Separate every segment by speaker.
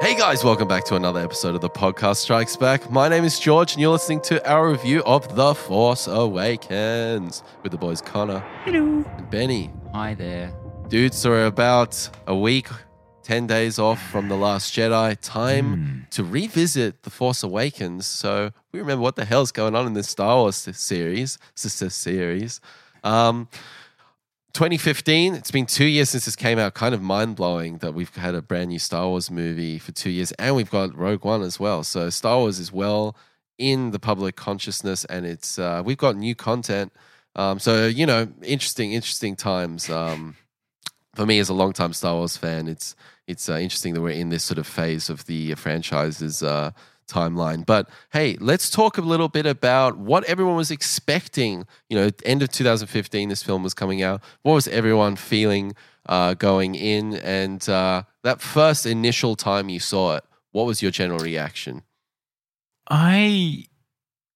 Speaker 1: Hey guys, welcome back to another episode of the podcast Strikes Back. My name is George, and you're listening to our review of The Force Awakens with the boys Connor
Speaker 2: Hello.
Speaker 1: and Benny.
Speaker 2: Hi there.
Speaker 1: Dudes, so we're about a week, 10 days off from The Last Jedi. Time to revisit The Force Awakens. So we remember what the hell's going on in this Star Wars series, sister series. Um, 2015, it's been two years since this came out. Kind of mind blowing that we've had a brand new Star Wars movie for two years and we've got Rogue One as well. So Star Wars is well in the public consciousness and it's uh, we've got new content. Um, so, you know, interesting, interesting times. Um, for me as a longtime Star Wars fan, it's it's uh, interesting that we're in this sort of phase of the franchise's uh, timeline. But hey, let's talk a little bit about what everyone was expecting. You know, end of 2015, this film was coming out. What was everyone feeling uh, going in? And uh, that first initial time you saw it, what was your general reaction?
Speaker 2: I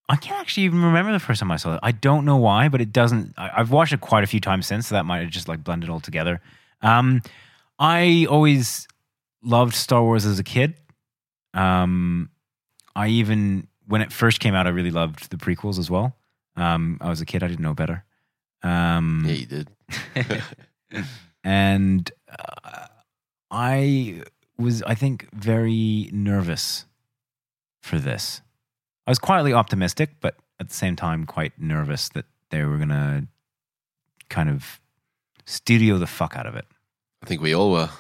Speaker 2: I can't actually even remember the first time I saw it. I don't know why, but it doesn't. I, I've watched it quite a few times since, so that might have just like blended all together. Um, I always loved Star Wars as a kid. Um, I even when it first came out, I really loved the prequels as well. Um, I was a kid; I didn't know better. Um,
Speaker 1: Yeah, you did.
Speaker 2: and uh, I was, I think, very nervous for this. I was quietly optimistic, but at the same time, quite nervous that they were gonna kind of studio the fuck out of it.
Speaker 1: I think we all were.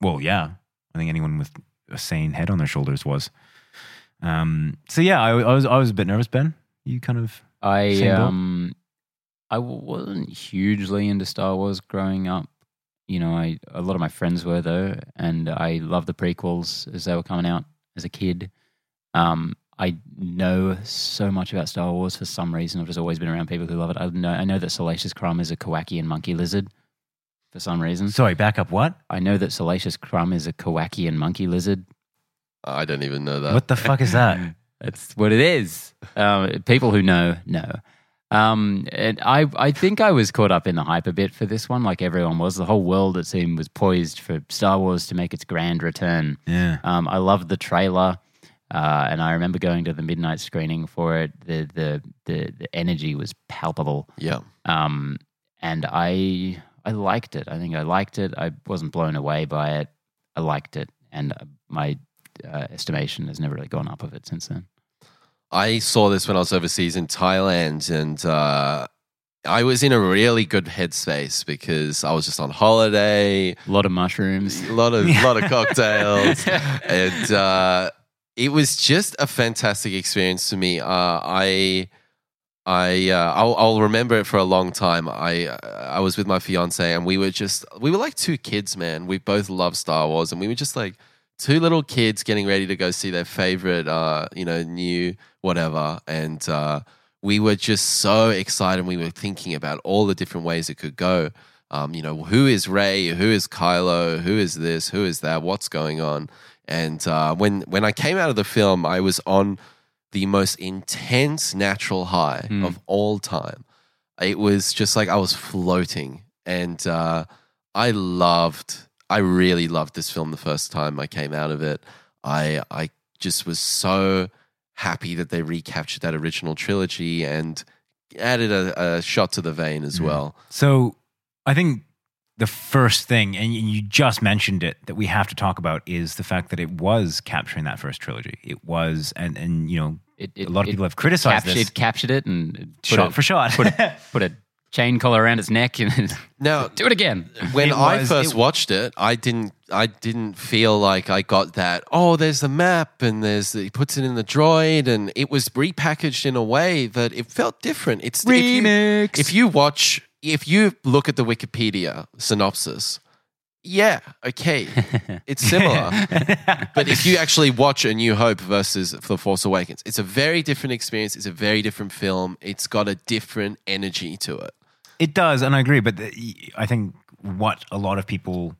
Speaker 2: Well, yeah, I think anyone with a sane head on their shoulders was. Um, so yeah, I, I was, I was a bit nervous. Ben, you kind of
Speaker 3: I
Speaker 2: Same boat?
Speaker 3: um, I w- wasn't hugely into Star Wars growing up. You know, I a lot of my friends were though, and I loved the prequels as they were coming out as a kid. Um, I know so much about Star Wars for some reason. I've just always been around people who love it. I know I know that Salacious Crumb is a Kowakian monkey lizard for some reason.
Speaker 2: sorry. Back up. What?
Speaker 3: I know that Salacious Crumb is a Kowakian monkey lizard.
Speaker 1: I don't even know that.
Speaker 2: What the fuck is that?
Speaker 3: That's what it is. Um, people who know know. Um, and I, I think I was caught up in the hype a bit for this one, like everyone was. The whole world, it seemed, was poised for Star Wars to make its grand return.
Speaker 2: Yeah.
Speaker 3: Um, I loved the trailer, uh, and I remember going to the midnight screening for it. The the the, the energy was palpable,
Speaker 1: Yeah.
Speaker 3: um, and I I liked it. I think I liked it. I wasn't blown away by it. I liked it, and uh, my uh, estimation has never really gone up of it since then.
Speaker 1: I saw this when I was overseas in Thailand, and uh, I was in a really good headspace because I was just on holiday,
Speaker 3: A lot of mushrooms.
Speaker 1: a lot of lot of cocktails, and uh, it was just a fantastic experience for me. Uh, I. I uh, I'll, I'll remember it for a long time. I uh, I was with my fiance and we were just we were like two kids, man. We both love Star Wars and we were just like two little kids getting ready to go see their favorite, uh, you know, new whatever. And uh, we were just so excited. We were thinking about all the different ways it could go. Um, you know, who is Ray? Who is Kylo? Who is this? Who is that? What's going on? And uh, when when I came out of the film, I was on the most intense natural high
Speaker 3: Mm.
Speaker 1: of all time. It was just like I was floating, and uh, I loved. I really loved this film the first time I came out of it. I I just was so happy that they recaptured that original trilogy and added a, a shot to the vein as
Speaker 2: Mm.
Speaker 1: well.
Speaker 2: So I think the first thing, and you just mentioned it, that we have to talk about is the fact that it was capturing that first trilogy. It was, and and you know,
Speaker 3: It, it,
Speaker 2: a lot of
Speaker 3: it
Speaker 2: people have criticized
Speaker 3: captured,
Speaker 2: this
Speaker 3: captured it and put
Speaker 2: shot
Speaker 3: a,
Speaker 2: for shot.
Speaker 3: put a, put a chain collar around its neck and
Speaker 1: Now,
Speaker 3: do it again.
Speaker 1: when
Speaker 2: It
Speaker 1: I
Speaker 2: was-
Speaker 1: first
Speaker 2: it-
Speaker 1: watched it, I didn't I didn't feel like I got that. Oh, there's the map, and there's the, he puts it in the droid, and it was repackaged in a way that it felt different. It's if you-
Speaker 3: Remix.
Speaker 1: If you watch, if you look at the Wikipedia synopsis, yeah, okay, it's similar. But if you actually watch A New Hope versus The Force Awakens, it's a very different experience. It's a very different film. It's got a different energy to it.
Speaker 2: It does, and I agree. But the, I think what a lot of people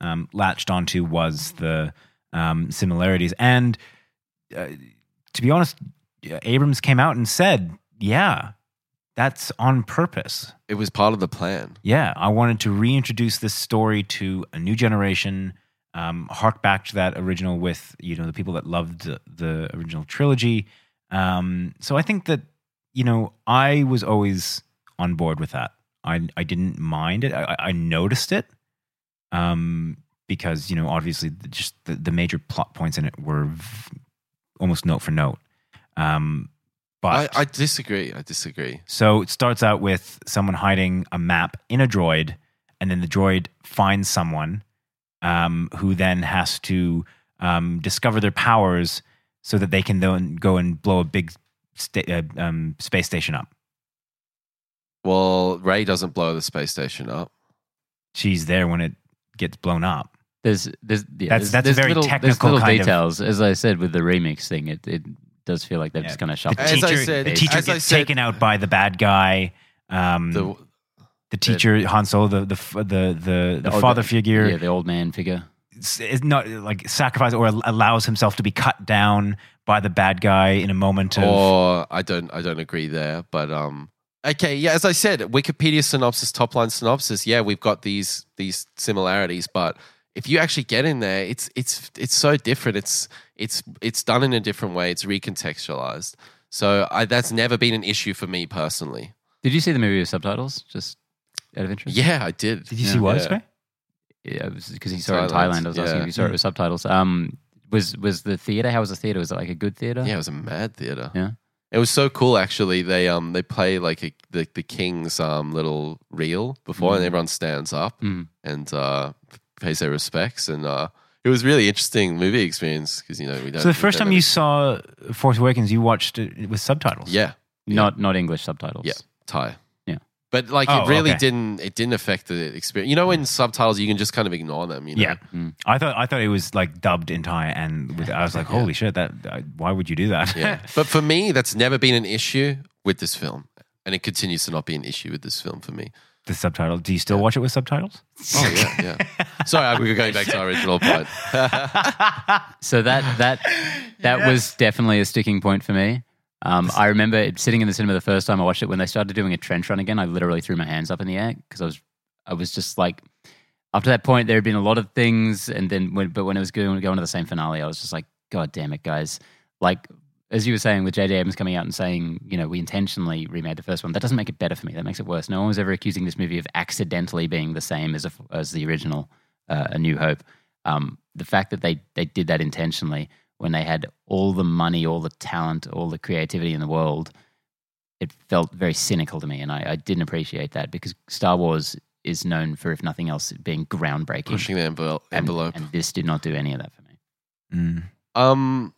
Speaker 2: um, latched onto was the um, similarities. And uh, to be honest, Abrams came out and said, "Yeah, that's on purpose."
Speaker 1: It was part of the plan.
Speaker 2: Yeah, I wanted to reintroduce this story to a new generation um, hark back to that original with you know the people that loved the, the original trilogy. Um, so I think that you know I was always on board with that. I I didn't mind it. I, I- I noticed it um, because you know obviously the, just the, the major plot points in it were v- almost note for note. Um,
Speaker 1: I,
Speaker 2: but
Speaker 1: I disagree. I disagree.
Speaker 2: so it starts out with someone hiding a map in a droid, and then the droid finds someone um, who then has to um, discover their powers so that they can then go and blow a big sta- uh, um, space station up.
Speaker 1: Well, Ray doesn't blow the space station up.
Speaker 2: She's there when it gets blown up.
Speaker 3: There's there's yeah,
Speaker 2: That's-
Speaker 3: there's,
Speaker 2: that's a
Speaker 3: there's
Speaker 2: very
Speaker 3: little,
Speaker 2: technical
Speaker 3: there's little
Speaker 2: kind of-
Speaker 3: details. As I said with the remix thing, it, it does feel like they've
Speaker 2: Yeah.
Speaker 3: just kind of
Speaker 2: The
Speaker 3: shuffled.
Speaker 1: As
Speaker 3: it.
Speaker 1: I
Speaker 2: teacher,
Speaker 1: said-
Speaker 2: the teacher
Speaker 1: as I
Speaker 2: gets
Speaker 1: said-
Speaker 2: taken out by the bad guy. Um,
Speaker 1: The,
Speaker 2: the, teacher Han Solo, the the f- the the, the
Speaker 3: Oh, the-
Speaker 2: father figure,
Speaker 3: yeah, the old man figure.
Speaker 2: s- is not like sacrifice or al- allows himself to be cut down by the bad guy in a moment of
Speaker 1: or I don't I don't agree there, but um okay, yeah, as I said, Wikipedia synopsis, top line synopsis, yeah, we've got these these similarities, but if you actually get in there, it's it's it's so different. It's it's it's done in a different way. It's recontextualized. So I, that's never been an issue for me personally.
Speaker 3: Did you see the movie with subtitles? Just out of interest.
Speaker 1: Yeah, I did.
Speaker 2: Did you
Speaker 3: Yeah.
Speaker 2: see what?
Speaker 1: Yeah.
Speaker 2: sorry?
Speaker 3: Yeah, because he saw it in
Speaker 1: Thailand,
Speaker 3: Thailand. I was
Speaker 1: yeah.
Speaker 3: asking if you saw it with subtitles. Um, was was the theater? How was the theater? Was it like a good theater?
Speaker 1: Yeah, it was a mad theater.
Speaker 3: Yeah.
Speaker 1: It was so cool actually. They um they play like a, the the king's um little reel before and
Speaker 3: Mm.
Speaker 1: everyone stands up
Speaker 3: Mm.
Speaker 1: and uh pays their respects and uh it was really interesting movie experience because you know we don't
Speaker 2: So the
Speaker 1: we
Speaker 2: first
Speaker 1: don't
Speaker 2: time you
Speaker 1: ever-
Speaker 2: saw Force Awakens, you watched it with subtitles.
Speaker 1: yeah
Speaker 3: Not not English subtitles.
Speaker 1: Yeah. Thai
Speaker 3: Yeah.
Speaker 1: but like
Speaker 2: Oh,
Speaker 1: it really
Speaker 2: okay.
Speaker 1: didn't it didn't affect the experience you know when subtitles you can just kind of ignore them you know
Speaker 2: Yeah.
Speaker 3: Mm.
Speaker 2: I thought I thought it was like dubbed in Thai, and with, I was like,
Speaker 1: Yeah.
Speaker 2: "Holy shit! That I, why would you do that?"
Speaker 1: yeah but for me that's never been an issue with this film and it continues to not be an issue with this film for me
Speaker 2: the subtitle. Do you still watch it with subtitles?
Speaker 1: oh yeah yeah sorry I- we were going back to our original point
Speaker 3: So that that that was definitely a sticking point for me. Um, I remember it- sitting in the cinema the first time I watched it when they started doing a trench run again. I literally threw my hands up in the air because I was I was just like, after that point there had been a lot of things, and then when, but when it was going going to the same finale, I was just like, God damn it, guys! Like as you were saying with J.J. Abrams coming out and saying, you know, we intentionally remade the first one. That doesn't make it better for me. That makes it worse. No one was ever accusing this movie of accidentally being the same as a, as the original, uh, A New Hope. Um, the fact that they they did that intentionally when they had all the money, all the talent, all the creativity in the world, it felt very cynical to me, and I, I didn't appreciate that because Star Wars is known for, if nothing else, being groundbreaking.
Speaker 1: pushing the envel-
Speaker 3: and,
Speaker 1: envelope.
Speaker 3: and this did not do any of that for me.
Speaker 2: Mm.
Speaker 1: Um,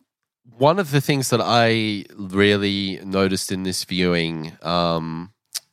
Speaker 1: one of the things that I really noticed in this viewing um,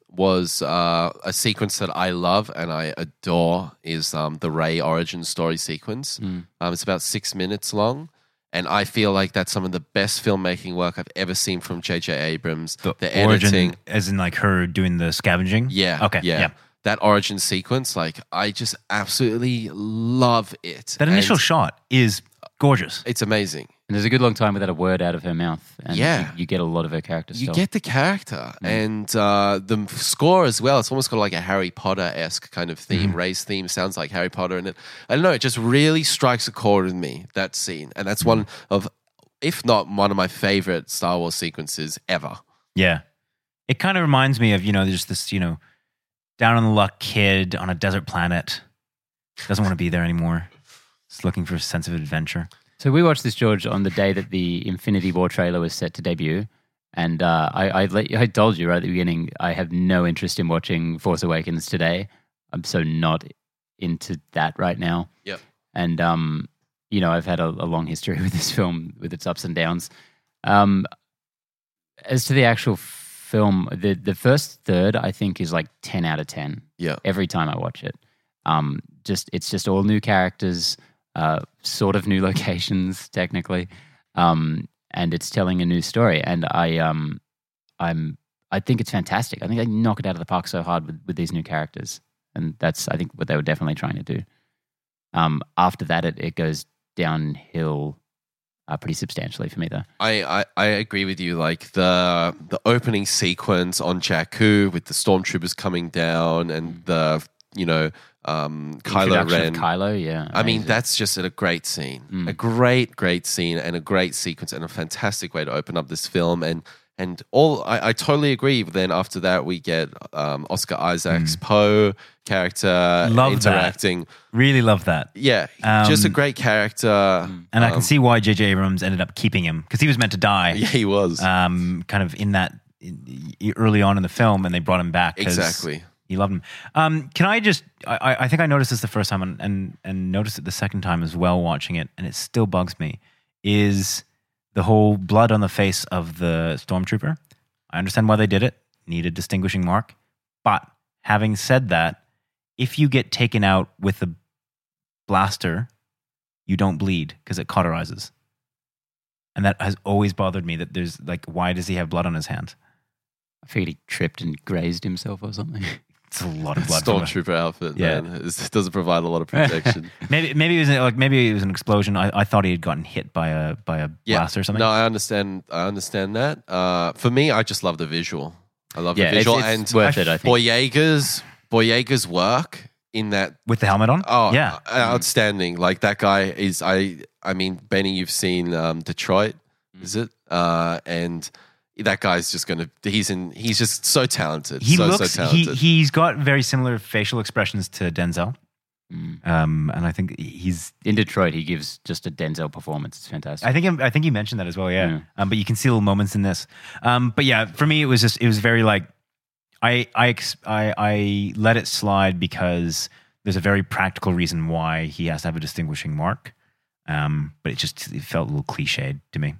Speaker 1: was uh, a sequence that I love and I adore is um, the Ray origin story sequence.
Speaker 3: Mm.
Speaker 1: Um, it's about six minutes long. And I feel like that's some of the best filmmaking work I've ever seen from J.J. Abrams.
Speaker 2: The,
Speaker 1: The
Speaker 2: origin,
Speaker 1: editing.
Speaker 2: as in like her doing the scavenging.
Speaker 1: Yeah.
Speaker 2: Okay.
Speaker 1: Yeah. That origin sequence, like, I just absolutely love it.
Speaker 2: That initial
Speaker 1: And
Speaker 2: shot is gorgeous.
Speaker 1: it's amazing.
Speaker 3: And there's a good long time without a word out of her mouth, and
Speaker 1: Yeah.
Speaker 3: you, you get a lot of her character.
Speaker 1: You
Speaker 3: still.
Speaker 1: get the character
Speaker 3: Mm.
Speaker 1: and uh, the m- score as well. It's almost got like a Harry Potter esque kind of
Speaker 3: Mm-hmm.
Speaker 1: theme. Ray's theme sounds like Harry Potter, and it I don't know. It just really strikes a chord with me that scene, and that's
Speaker 3: Mm.
Speaker 1: one of, if not one of my favorite Star Wars sequences ever.
Speaker 2: Yeah. It kind of reminds me of, you know, just this, you know, down on the luck kid on a desert planet. Doesn't want to be there anymore. Just looking for a sense of adventure.
Speaker 3: So we watched this George on the day that the Infinity War trailer was set to debut, and uh, I I, let, I told you right at the beginning I have no interest in watching Force Awakens today. I'm so not into that right now.
Speaker 1: Yep.
Speaker 3: And um, you know I've had a, a long history with this film with its ups and downs. Um, as to the actual film, the the first third I think is like ten out of ten
Speaker 1: Yeah,
Speaker 3: every time I watch it. Um, just it's just all new characters, uh, sort of new locations technically, um, and it's telling a new story. And I, um, I'm, I think it's fantastic. I think they knock it out of the park so hard with, with these new characters, and that's I think what they were definitely trying to do. Um, after that, it it goes downhill uh, pretty substantially for me though.
Speaker 1: I, I I agree with you. Like the the opening sequence on Jakku with the stormtroopers coming down and the you know, um, Kylo
Speaker 3: Mm. Introduction
Speaker 1: Ren.
Speaker 3: of Kylo, yeah.
Speaker 1: I mean,
Speaker 3: amazing.
Speaker 1: that's just a great scene,
Speaker 3: Mm.
Speaker 1: a great, great scene, and a great sequence, and a fantastic way to open up this film. And and all, I, I totally agree. But then after that, we get um, Oscar Isaac's Poe character
Speaker 2: Mm. Love that.
Speaker 1: interacting.
Speaker 2: Really love that.
Speaker 1: Yeah,
Speaker 2: Um, mm.
Speaker 1: just a great character.
Speaker 2: And I can
Speaker 1: Um,
Speaker 2: see why J.J. Abrams ended up keeping him because he was meant to die.
Speaker 1: Yeah, he was
Speaker 2: um, kind of in that in- early on in the film, and they brought him back. 'cause
Speaker 1: exactly.
Speaker 2: He loved him. Um, can I just? I- I, I think I noticed this the first time, and, and and noticed it the second time as well, watching it, and it still bugs me. Is the whole blood on the face of the stormtrooper? I understand why they did it. Need a distinguishing mark, but having said that, if you get taken out with a blaster, you don't bleed because it cauterizes. And that has always bothered me that there's like, why does he have blood on his hand?
Speaker 3: I figured he tripped and grazed himself or something.
Speaker 2: It's a lot of blood. from a-
Speaker 1: Stormtrooper outfit.
Speaker 2: Yeah.
Speaker 1: Yeah, it doesn't provide a lot of protection.
Speaker 2: Maybe maybe it was like maybe it was an explosion. I, I thought he had gotten hit by a by a
Speaker 1: Yeah.
Speaker 2: blast or something.
Speaker 1: No, I understand. I understand that. Uh, for me, I just love the visual. I love
Speaker 3: yeah,
Speaker 1: the
Speaker 3: it's,
Speaker 1: visual
Speaker 3: it's
Speaker 1: and
Speaker 3: worth it, I think.
Speaker 1: Boyega's Boyega's work in that
Speaker 2: With the helmet on.
Speaker 1: oh
Speaker 2: yeah.
Speaker 1: uh, outstanding like that guy is I I mean Benny you've seen um, Detroit
Speaker 2: Mm.
Speaker 1: is it uh, and that guy's just gonna he's in he's just so talented
Speaker 2: He
Speaker 1: so
Speaker 2: looks.
Speaker 1: so
Speaker 2: he
Speaker 1: talented
Speaker 2: he's got very similar facial expressions to Denzel.
Speaker 3: Mm.
Speaker 2: Um, and I think he's.
Speaker 3: In Detroit, he gives just a Denzel performance. It's fantastic.
Speaker 2: I think I think you mentioned that as well. Yeah.
Speaker 3: Yeah.
Speaker 2: Um, but you can see little moments in this. Um, but yeah, for me it was just it was very like, I I ex- I, I let it slide because there's a very practical reason why he has to have a distinguishing mark. Um, but it just it felt a little cliched to me.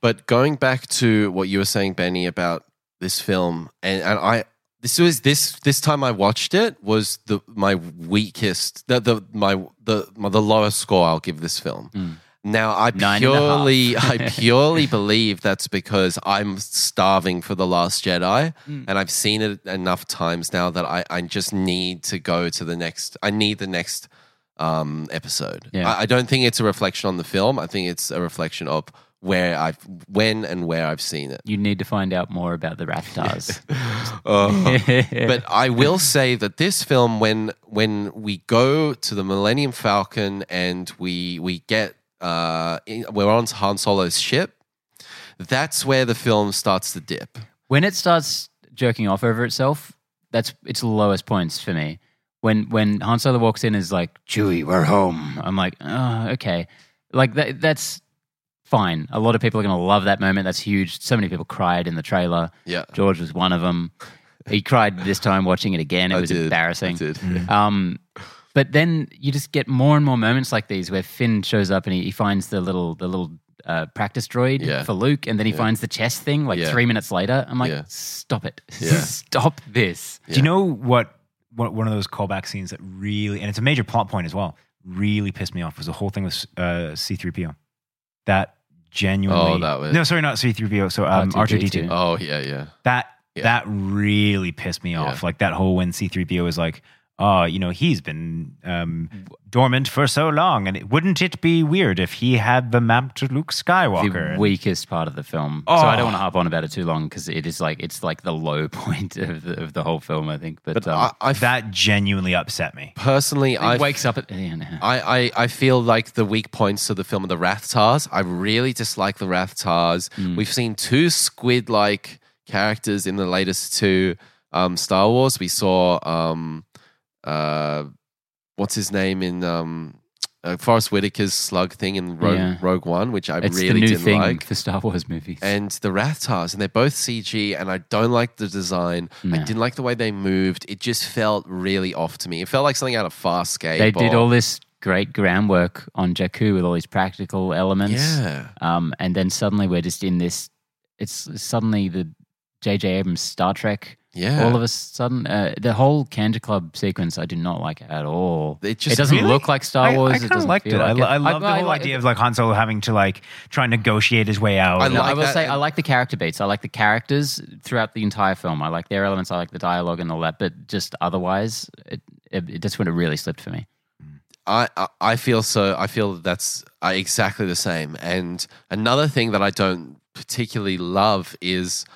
Speaker 1: But going back to what you were saying, Benny, about this film, and, and I this was this this time I watched it was the my weakest the the my the my, the lowest score I'll give this film.
Speaker 3: Mm.
Speaker 1: Now I
Speaker 3: Nine and a half.
Speaker 1: purely I purely believe that's because I'm starving for the Last Jedi,
Speaker 3: Mm.
Speaker 1: and I've seen it enough times now that I I just need to go to the next. I need the next um, episode.
Speaker 3: Yeah.
Speaker 1: I, I don't think it's a reflection on the film. I think it's a reflection of where I've when and where I've seen it.
Speaker 3: you need to find out more about the Raptors.
Speaker 1: Uh, but I will say that this film, when when we go to the Millennium Falcon and we we get uh, in, we're on Han Solo's ship, that's where the film starts to dip.
Speaker 3: when it starts jerking off over itself, that's its the lowest points for me. When when Han Solo walks in and is like, Chewie, we're home. I'm like, oh, okay. Like that that's fine. A lot of people are gonna love that moment. That's huge. So many people cried in the trailer.
Speaker 1: Yeah,
Speaker 3: George was one of them. He cried this time watching it again. It
Speaker 1: I
Speaker 3: was
Speaker 1: did.
Speaker 3: embarrassing.
Speaker 1: I did.
Speaker 3: Um, but then you just get more and more moments like these where Finn shows up and he, he finds the little the little uh, practice droid
Speaker 1: Yeah.
Speaker 3: for Luke, and then he finds the chess thing like
Speaker 1: Yeah.
Speaker 3: three minutes later. I'm like,
Speaker 1: Yeah.
Speaker 3: stop it,
Speaker 1: Yeah.
Speaker 3: stop this.
Speaker 2: Do you know what, what one of those callback scenes that really, and it's a major plot point as well, really pissed me off was the whole thing with uh, C3PO. That genuinely.
Speaker 1: Oh, that was-
Speaker 2: No, sorry, not C3PO. So um, R2D2.
Speaker 3: R2D2.
Speaker 1: Oh yeah, yeah.
Speaker 2: That,
Speaker 1: Yeah.
Speaker 2: that really pissed me off. Like that whole when C3PO is like, oh, you know, he's been um, dormant for so long. And it, wouldn't it be weird if he had the map to Luke Skywalker?
Speaker 3: The weakest part of the film.
Speaker 2: Oh.
Speaker 3: So I don't want to harp on about it too long because it is like it's like the low point of the, of the whole film. I think, but,
Speaker 1: But
Speaker 3: um,
Speaker 1: I, I
Speaker 2: that genuinely upset me.
Speaker 1: personally,
Speaker 3: he
Speaker 1: I
Speaker 3: wakes up at the end.
Speaker 1: I, I, I feel like the weak points of the film are the Rathtars. I really dislike the Rathtars.
Speaker 3: Mm.
Speaker 1: We've seen two squid like characters in the latest two um, Star Wars. We saw, um, uh, what's his name in um, uh, Forrest Whitaker's slug thing in Rogue,
Speaker 3: Yeah.
Speaker 1: Rogue One, which I
Speaker 3: It's
Speaker 1: really
Speaker 3: the new
Speaker 1: didn't
Speaker 3: thing
Speaker 1: like.
Speaker 3: for Star Wars movies.
Speaker 1: And the Rathtars, and they're both CG, and I don't like the design. I
Speaker 3: No.
Speaker 1: didn't like the way they moved. It just felt really off to me. It felt like something out of Farscape.
Speaker 3: they did
Speaker 1: or-
Speaker 3: all this great groundwork on Jakku with all these practical elements.
Speaker 1: Yeah.
Speaker 3: Um, and then suddenly we're just in this. It's suddenly the J.J. Abrams Star Trek.
Speaker 1: Yeah.
Speaker 3: All of a sudden, uh, the whole Canter Club sequence, I do not like at all.
Speaker 1: It just-
Speaker 3: it doesn't
Speaker 2: Really?
Speaker 3: look like Star Wars.
Speaker 2: I, I
Speaker 3: it
Speaker 2: kind of
Speaker 3: doesn't
Speaker 2: liked it.
Speaker 3: feel
Speaker 2: I,
Speaker 3: Like
Speaker 2: lo- I love the
Speaker 3: I
Speaker 2: whole
Speaker 3: like-
Speaker 2: idea of like Han Solo having to like try and negotiate his way out.
Speaker 1: I
Speaker 2: And
Speaker 3: No, I
Speaker 1: like
Speaker 3: will
Speaker 1: that.
Speaker 3: say I like the character beats. I like the characters throughout the entire film. I like their elements. I like the dialogue and all that. But just otherwise, it, it, it, that's when it really slipped for me.
Speaker 1: I, I- I feel so. I feel that that's I, exactly the same. And another thing that I don't particularly love is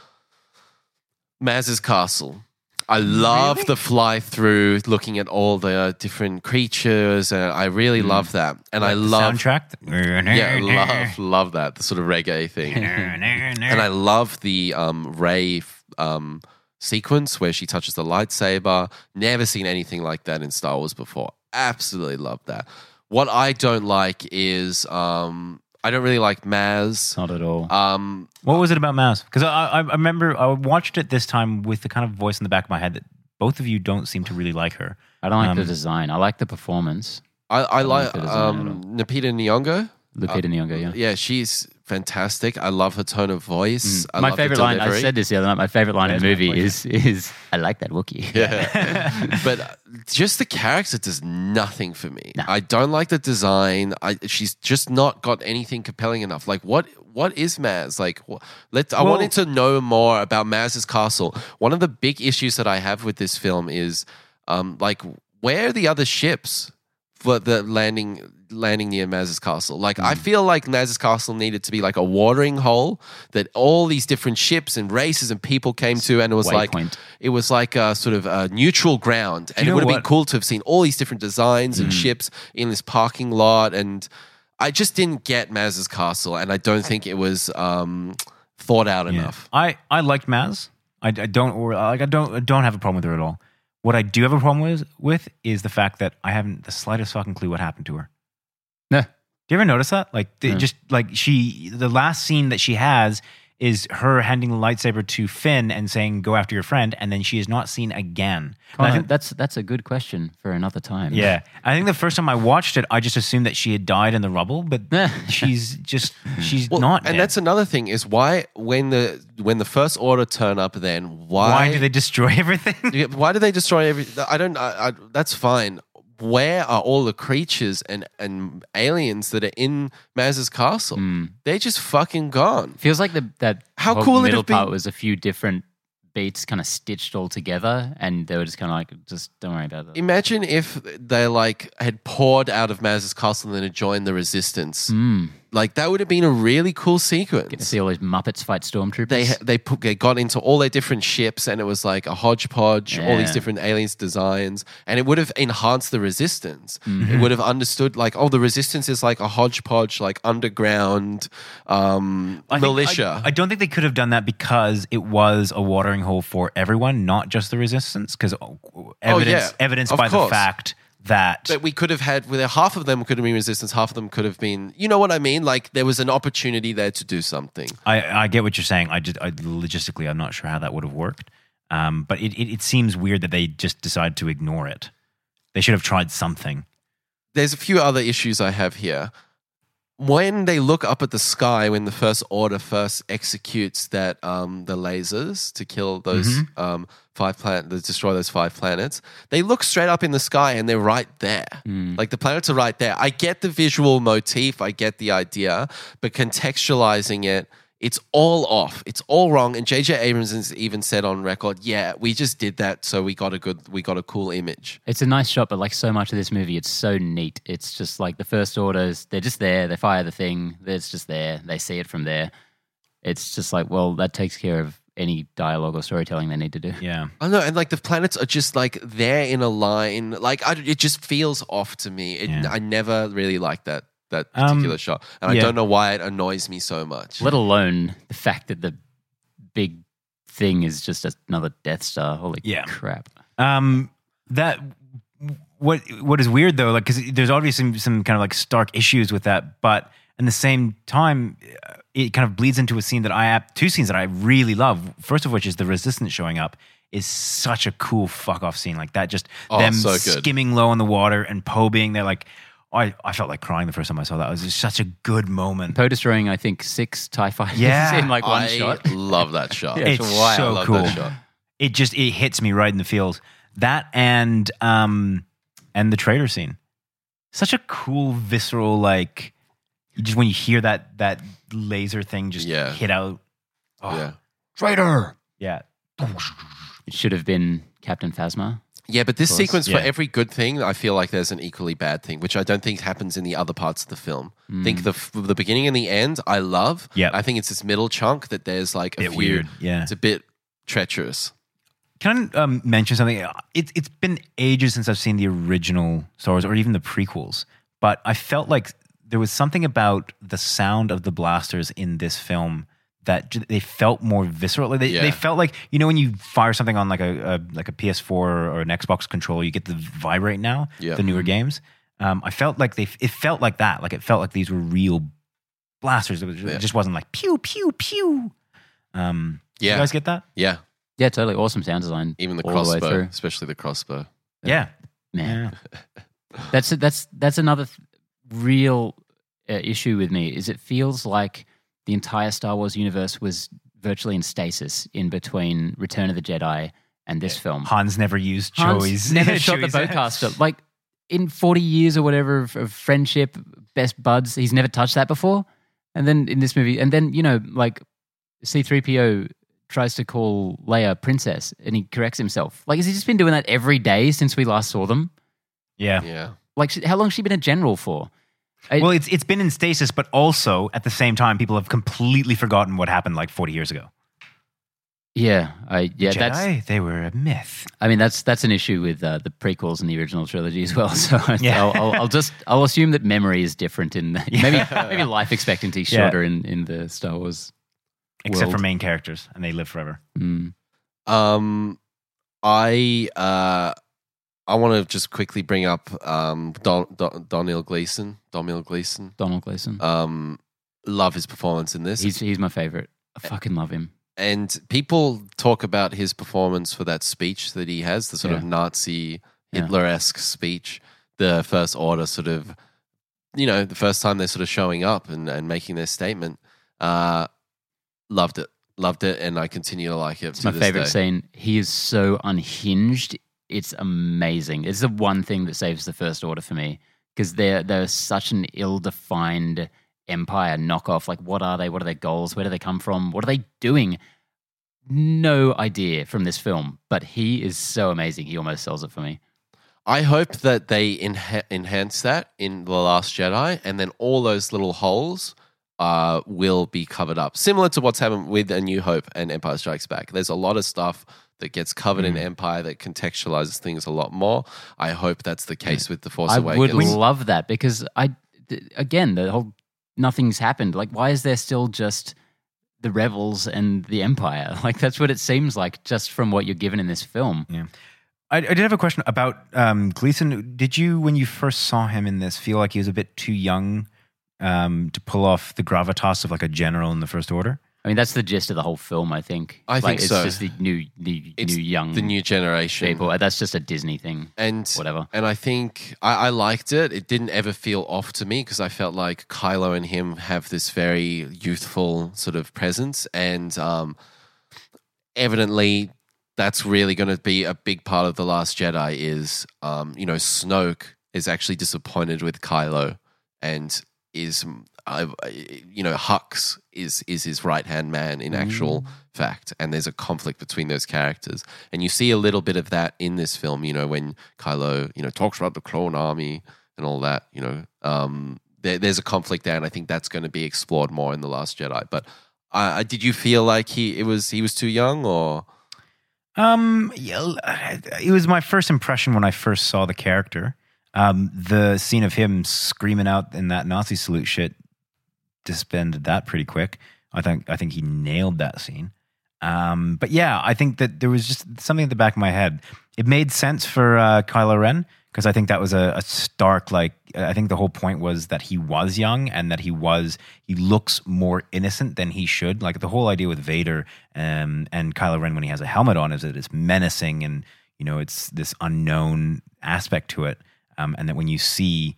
Speaker 1: Maz's castle. I love the fly through, looking at all the different creatures, and I really love that. And I love,
Speaker 2: soundtrack.
Speaker 1: yeah, love, love that the sort of reggae thing. and I love the um, Ray um, sequence where she touches the lightsaber. Never seen anything like that in Star Wars before. Absolutely love that. What I don't like is um, I don't really like Maz.
Speaker 3: Not at all.
Speaker 2: Uh,
Speaker 1: Um,
Speaker 2: What was it about Mouse? Because I, I I remember I watched it this time with the kind of voice in the back of my head that both of you don't seem to really like her.
Speaker 3: I don't like the
Speaker 2: um,
Speaker 3: design. I like the performance.
Speaker 1: I, I
Speaker 3: like
Speaker 1: like
Speaker 3: the design at
Speaker 1: um, Napita Nyong'o.
Speaker 3: Lupita
Speaker 2: uh,
Speaker 3: Nyong'o, yeah.
Speaker 1: Yeah, she's fantastic. I love her tone of voice. I
Speaker 3: Mm. my
Speaker 1: love the
Speaker 3: favorite line. I
Speaker 1: delivery.
Speaker 3: said this the other night. My favorite line in
Speaker 2: There's
Speaker 3: the
Speaker 2: my
Speaker 3: movie
Speaker 2: point.
Speaker 3: is is I like that Wookiee.
Speaker 1: Yeah. but uh, just the character does nothing for me.
Speaker 3: No.
Speaker 1: I don't like the design. I she's just not got anything compelling enough. Like what what is Maz? Like wh- let I
Speaker 2: Well-
Speaker 1: wanted to know more about Maz's castle. One of the big issues that I have with this film is um like where are the other ships for the landing landing near Maz's castle? Like
Speaker 3: Hmm.
Speaker 1: I feel like Maz's castle needed to be like a watering hole that all these different ships and races and people came to and it was like
Speaker 3: Waypoint.
Speaker 1: it was like a sort of a neutral ground, and it
Speaker 2: You know
Speaker 1: would have been
Speaker 2: what? Mm.
Speaker 1: cool to have seen all these different designs and ships in this parking lot. And I just didn't get Maz's castle, and I don't think it was um, thought out enough.
Speaker 2: I, I liked Maz. I, I don't or- like. I don't I don't have a problem with her at all. What I do have a problem with with is the fact that I haven't the slightest fucking clue what happened to her.
Speaker 3: Nah.
Speaker 2: Do you ever notice that? Like, the-
Speaker 3: No.
Speaker 2: just like she, the last scene that she has is her handing the lightsaber to Finn and saying, "Go after your friend," and then she is not seen again. And I
Speaker 3: Connor,
Speaker 2: think
Speaker 3: that's that's a good question for another time.
Speaker 2: Yeah. I think the first time I watched it, I just assumed that she had died in the rubble, but she's just, she's
Speaker 1: Well,
Speaker 2: not.
Speaker 1: and
Speaker 2: dead.
Speaker 1: that's another thing is why when the when the first order turn up, then why,
Speaker 2: why, do they destroy everything?
Speaker 1: Yeah, why do they destroy every? I don't. I, I, that's fine. Where are all the creatures and and aliens that are in Maz's castle?
Speaker 2: Mm.
Speaker 1: They're just fucking gone.
Speaker 3: Feels like the that
Speaker 1: How
Speaker 3: whole
Speaker 1: cool it'd
Speaker 3: middle
Speaker 1: have been-
Speaker 3: part was a few different beats kind of stitched all together, and they were just kind of like, just don't worry about that.
Speaker 1: Imagine if they like had poured out of Maz's castle and then had joined the resistance.
Speaker 3: Mm.
Speaker 1: Like that would have been a really cool
Speaker 3: Get to
Speaker 1: sequence.
Speaker 3: see all those Muppets fight stormtroopers.
Speaker 1: They they put, they got into all their different ships and it was like a hodgepodge, all these
Speaker 3: Yeah.
Speaker 1: different aliens designs, and it would have enhanced the resistance.
Speaker 2: Mm-hmm.
Speaker 1: It would have understood like oh the resistance is like a hodgepodge like underground um,
Speaker 2: I think-
Speaker 1: militia.
Speaker 2: I, I don't think they could have done that because it was a watering hole for everyone, not just the resistance, because evidence,
Speaker 1: Oh, yeah.
Speaker 2: evidence
Speaker 1: Of
Speaker 2: by
Speaker 1: course.
Speaker 2: the fact that.
Speaker 1: But we could have had where half of them could have been resistance, half of them could have been you know what I mean. Like there was an opportunity there to do something.
Speaker 2: I, I get what you're saying. I just I, logistically, I'm not sure how that would have worked. Um, but it, it, it seems weird that they just decide to ignore it. They should have tried something.
Speaker 1: there's a few other issues I have here. When they look up at the sky, when the first order first executes that um, the lasers to kill those um, five planet, to destroy those five planets, they look straight up in the sky and they're right there.
Speaker 3: Mm-hmm. Mm.
Speaker 1: Like the planets are right there. I get the visual motif, I get the idea, but contextualizing it, it's all off. It's all wrong. And JJ Abrams has even said on record, "Yeah, we just did that, so we got a good, we got a cool image."
Speaker 3: It's a nice shot, but like so much of this movie, it's so neat. It's just like the first orders, they're just there, they fire the thing, it's just there, they see it from there. It's just like, well, that takes care of any dialogue or storytelling they need to do.
Speaker 2: Yeah.
Speaker 1: I know, and like the planets are just like there in a line. Like I, it just feels off to me. It,
Speaker 2: Yeah.
Speaker 1: I never really liked that that
Speaker 2: Um,
Speaker 1: particular shot, and I
Speaker 2: yeah.
Speaker 1: don't know why it annoys me so much.
Speaker 3: Let alone the fact that the big thing is just another Death Star. Holy
Speaker 2: Yeah.
Speaker 3: crap.
Speaker 2: Um, that what what is weird though, like because there's obviously some, some kind of like stark issues with that, but in the same time, uh, it kind of bleeds into a scene that I ab- two scenes that I really love. First of which is the resistance showing up is such a cool fuck off scene like that. Just
Speaker 1: Oh,
Speaker 2: them
Speaker 1: so good.
Speaker 2: skimming low on the water and Poe being there, like. I, I felt like crying the first time I saw that. It was just such a good moment.
Speaker 3: Poe destroying, I think, six TIE fighters
Speaker 2: Yeah.
Speaker 3: in like one
Speaker 1: I
Speaker 3: shot.
Speaker 1: love that shot.
Speaker 3: Yeah, it's
Speaker 2: it's
Speaker 3: wild.
Speaker 1: I
Speaker 2: so
Speaker 1: love
Speaker 2: cool.
Speaker 1: that shot.
Speaker 2: It just it hits me right in the field. That and um and the traitor scene. Such a cool visceral like you just when you hear that that laser thing just
Speaker 1: Yeah.
Speaker 2: hit out. Oh,
Speaker 1: Yeah,
Speaker 2: Traitor. Yeah.
Speaker 3: It should have been Captain Phasma.
Speaker 1: yeah. But this
Speaker 3: Of course,
Speaker 1: sequence
Speaker 2: yeah.
Speaker 1: for every good thing, I feel like there's an equally bad thing, which I don't think happens in the other parts of the film. I
Speaker 2: Mm.
Speaker 3: Mm.
Speaker 1: think the f- the beginning and the end, I love.
Speaker 2: Yeah.
Speaker 1: I think it's this middle chunk that there's like a
Speaker 2: Bit
Speaker 1: few-
Speaker 2: weird. Yeah.
Speaker 1: It's a bit treacherous.
Speaker 2: Can I um, mention something? It, it's been ages since I've seen the original Star Wars or even the prequels, but I felt like there was something about the sound of the blasters in this film that j- they felt more visceral. Like, They,
Speaker 1: Yeah.
Speaker 2: they felt like you know when you fire something on like a, a like a PS4 or an Xbox controller, you get the vibrate now.
Speaker 1: Yeah. Mm-hmm.
Speaker 2: The newer games, um, I felt like they it felt like that. Like it felt like these were real blasters. It, was,
Speaker 1: Yeah.
Speaker 2: it just wasn't like pew pew pew. Um,
Speaker 1: Yeah.
Speaker 2: You guys get that?
Speaker 1: Yeah.
Speaker 3: Yeah, totally awesome sound design.
Speaker 1: Even the
Speaker 3: All the way
Speaker 1: crossbow,
Speaker 3: through.
Speaker 1: especially the crossbow.
Speaker 2: Yeah.
Speaker 3: Man,
Speaker 2: Yeah.
Speaker 3: that's that's that's another th- real uh, issue with me is it feels like the entire Star Wars universe was virtually in stasis in between Return of the Jedi and this film.
Speaker 2: Hans never used
Speaker 3: Hans
Speaker 2: Joey's.
Speaker 3: never shot the
Speaker 2: Chewie's-
Speaker 3: bowcaster. Like in forty years or whatever of, of friendship, best buds, he's never touched that before. And then in this movie, and then you know, like C three PO tries to call Leia princess, and he corrects himself. Like, has he just been doing that every day since we last saw them?
Speaker 2: Yeah.
Speaker 1: Yeah.
Speaker 3: Like, she- how long's she been a general for? It-
Speaker 2: well, it's it's been in stasis, but also at the same time, people have completely forgotten what happened like 40 years ago.
Speaker 3: Yeah, I yeah,
Speaker 2: Jedi,
Speaker 3: that's
Speaker 2: they were a myth.
Speaker 3: I mean that's that's an issue with uh, the prequels and the original trilogy as well. So
Speaker 2: Yeah.
Speaker 3: I'll, I'll, I'll just I'll assume that memory is different in the, maybe maybe life expectancy is
Speaker 2: Yeah.
Speaker 3: shorter in, in the Star Wars.
Speaker 2: Except for
Speaker 3: World.
Speaker 2: main characters, and they live forever.
Speaker 3: Mm.
Speaker 1: Um, I uh, I want to just quickly bring up um Don, Don Doniel Gleason, Doniel Gleason.
Speaker 3: Donald Gleason,
Speaker 1: Um, love his performance in this.
Speaker 3: he's he's my favorite. I fucking love him.
Speaker 1: and people talk about his performance for that speech that he has, the sort of Nazi
Speaker 3: Yeah.
Speaker 1: Hitler esque speech, the First Order sort of, you know, the first time they're sort of showing up and, and making their statement. Uh, loved it. Loved it. And I continue to like it.
Speaker 3: It's
Speaker 1: to
Speaker 3: my
Speaker 1: this
Speaker 3: favorite
Speaker 1: day.
Speaker 3: scene. He is so unhinged. It's amazing. It's the one thing that saves the First Order for me because they're they're such an ill-defined empire knockoff. Like, what are they? What are their goals? Where do they come from? What are they doing? No idea from this film, but he is so amazing. He almost sells it for me.
Speaker 1: I hope that they enha- enhance that in The Last Jedi, and then all those little holes uh, will be covered up. Similar to what's happened with A New Hope and Empire Strikes Back. There's a lot of stuff that gets covered in
Speaker 3: Hmm.
Speaker 1: Empire that contextualizes things a lot more. I hope that's the case with The Force
Speaker 3: Hmm. I would
Speaker 1: Awakens.
Speaker 3: love that because I, th- again, the whole nothing's happened. Like, why is there still just the rebels and the empire? Like, that's what it seems like just from what you're given in this film.
Speaker 2: I, I did have a question about um, Gleason. Did you, when you first saw him in this, feel like he was a bit too young um, to pull off the gravitas of like a general in the First Order?
Speaker 3: I mean, that's the gist of the whole film. I think.
Speaker 1: I
Speaker 3: like,
Speaker 1: think
Speaker 3: it's
Speaker 1: so.
Speaker 3: just the new, new,
Speaker 1: It's
Speaker 3: new young
Speaker 1: the new generation.
Speaker 3: people. That's just a Disney thing.
Speaker 1: And
Speaker 3: Whatever.
Speaker 1: And I think I, I liked it. It didn't ever feel off to me because I felt like Kylo and him have this very youthful sort of presence. And um, evidently, that's really going to be a big part of The Last Jedi is, um, you know, Snoke is actually disappointed with Kylo and is, mm, I, you know, Hux is, is his right hand man in actual fact. And there's a conflict between those characters. And you see a little bit of that in this film, you know, when Kylo, you know, talks about the clone army and all that, you know. Um, there, there's a conflict there, and I think that's going to be explored more in The Last Jedi. But I, I, did you feel like he it was he was too young or
Speaker 2: Um, yeah, l- it was my first impression when I first saw the character. Um, the scene of him screaming out in that Nazi salute shit disbanded that pretty quick. I think I think he nailed that scene. Um, but yeah, I think that there was just something at the back of my head. It made sense for uh, Kylo Ren because I think that was a, a stark like. I think the whole point was that he was young and that he was he looks more innocent than he should. Like the whole idea with Vader um, and Kylo Ren when he has a helmet on is that it's menacing and you know it's this unknown aspect to it, um, and that when you see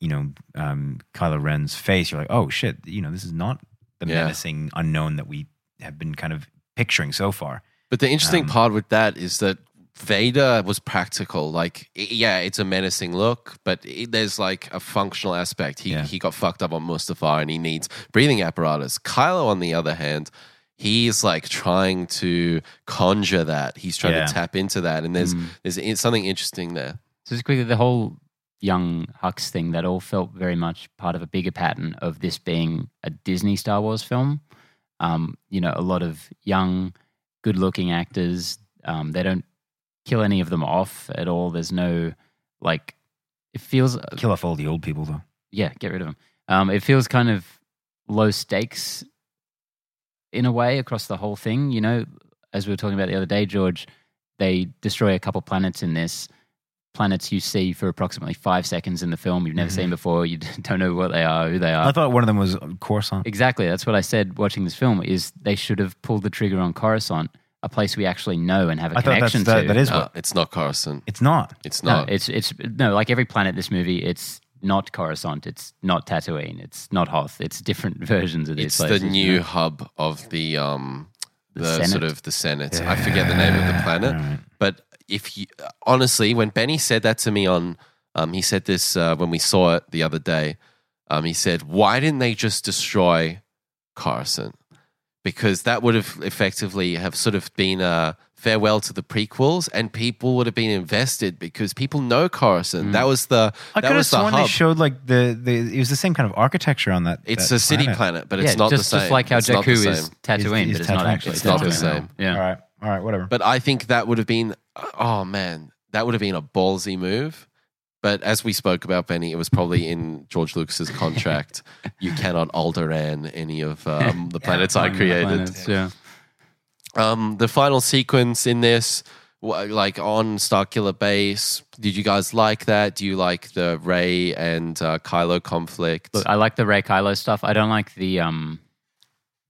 Speaker 2: you know um, Kylo Ren's face, you're like, oh shit, you know this is not the
Speaker 1: Yeah.
Speaker 2: menacing unknown that we have been kind of picturing so far.
Speaker 1: But the interesting
Speaker 2: Um,
Speaker 1: part with that is that Vader was practical. Like, i- yeah, it's a menacing look, but it, there's like a functional aspect. He
Speaker 2: Yeah.
Speaker 1: he got fucked up on Mustafar, and he needs breathing apparatus. Kylo, on the other hand, he's like trying to conjure that. He's trying
Speaker 2: Yeah. Mm.
Speaker 1: to tap into that, and
Speaker 3: Hmm.
Speaker 1: there's there's i- something interesting there.
Speaker 3: So just quickly, the whole young Hux thing that all felt very much part of a bigger pattern of this being a Disney Star Wars film. Um, you know, a lot of young, good-looking actors, Um, they don't kill any of them off at all. There's no like. It feels
Speaker 2: Kill off all the old people though.
Speaker 3: yeah, get rid of them. Um, it feels kind of low stakes in a way across the whole thing. You know, as we were talking about the other day, George, they destroy a couple planets in this. Planets you see for approximately five seconds in the film you've never
Speaker 2: Mhm.
Speaker 3: seen before. You don't know what they are, who they
Speaker 1: Uh,
Speaker 3: are.
Speaker 2: I thought one of them was Coruscant.
Speaker 3: Exactly. That's what I said watching this film is they should have pulled the trigger on Coruscant, a place we actually know and have a
Speaker 2: I thought that's
Speaker 3: connection
Speaker 2: that,
Speaker 3: to.
Speaker 2: that is
Speaker 1: No,
Speaker 2: what
Speaker 1: Uh, it's not Coruscant.
Speaker 2: it's not.
Speaker 1: It's
Speaker 3: no,
Speaker 1: not.
Speaker 3: it's it's no, like every planet in this movie, it's not Coruscant, it's not Tatooine, it's not Hoth, it's different versions of these
Speaker 1: it's
Speaker 3: places.
Speaker 1: the
Speaker 3: you
Speaker 1: new
Speaker 3: know?
Speaker 1: hub of the um
Speaker 3: The
Speaker 1: the,
Speaker 3: Senate.
Speaker 1: sort of the Senate. I forget the name of the planet,
Speaker 2: All right.
Speaker 1: but if you honestly, when Benny said that to me on, um, he said this uh, when we saw it the other day. Um, he said, "Why didn't they just destroy Coruscant? Because that would have effectively have sort of been a farewell to the prequels, and people would have been invested because people know Coruscant.
Speaker 3: Mm.
Speaker 1: That was the
Speaker 2: I
Speaker 1: that
Speaker 2: could have
Speaker 1: was the
Speaker 2: sworn they
Speaker 1: hub.
Speaker 2: showed like the, the it was the same kind of architecture on that.
Speaker 1: it's
Speaker 2: that
Speaker 1: a city planet, but
Speaker 3: yeah,
Speaker 1: it's not
Speaker 3: just,
Speaker 1: the same.
Speaker 3: just like how
Speaker 1: It's not the
Speaker 3: Jakku is
Speaker 1: same.
Speaker 3: Tatooine,
Speaker 2: Is-
Speaker 3: but
Speaker 2: is
Speaker 3: it's not
Speaker 2: Tatooine.
Speaker 3: actually
Speaker 1: It's not the
Speaker 3: Tatooine.
Speaker 1: same.
Speaker 3: Yeah.
Speaker 2: All right, all right, whatever.
Speaker 1: But I think that would have been, oh man, that would have been a ballsy move. But as we spoke about, Benny, it was probably in George Lucas's contract. you cannot Alderan any of um, the planets I
Speaker 3: Minor
Speaker 1: created.
Speaker 3: planets, yeah.
Speaker 1: Um, the final sequence in this, wh- like on Starkiller Base, did you guys like that? Do you like the Ray and uh, Kylo conflict?
Speaker 3: Look, I like the Ray Kylo stuff. I don't like the um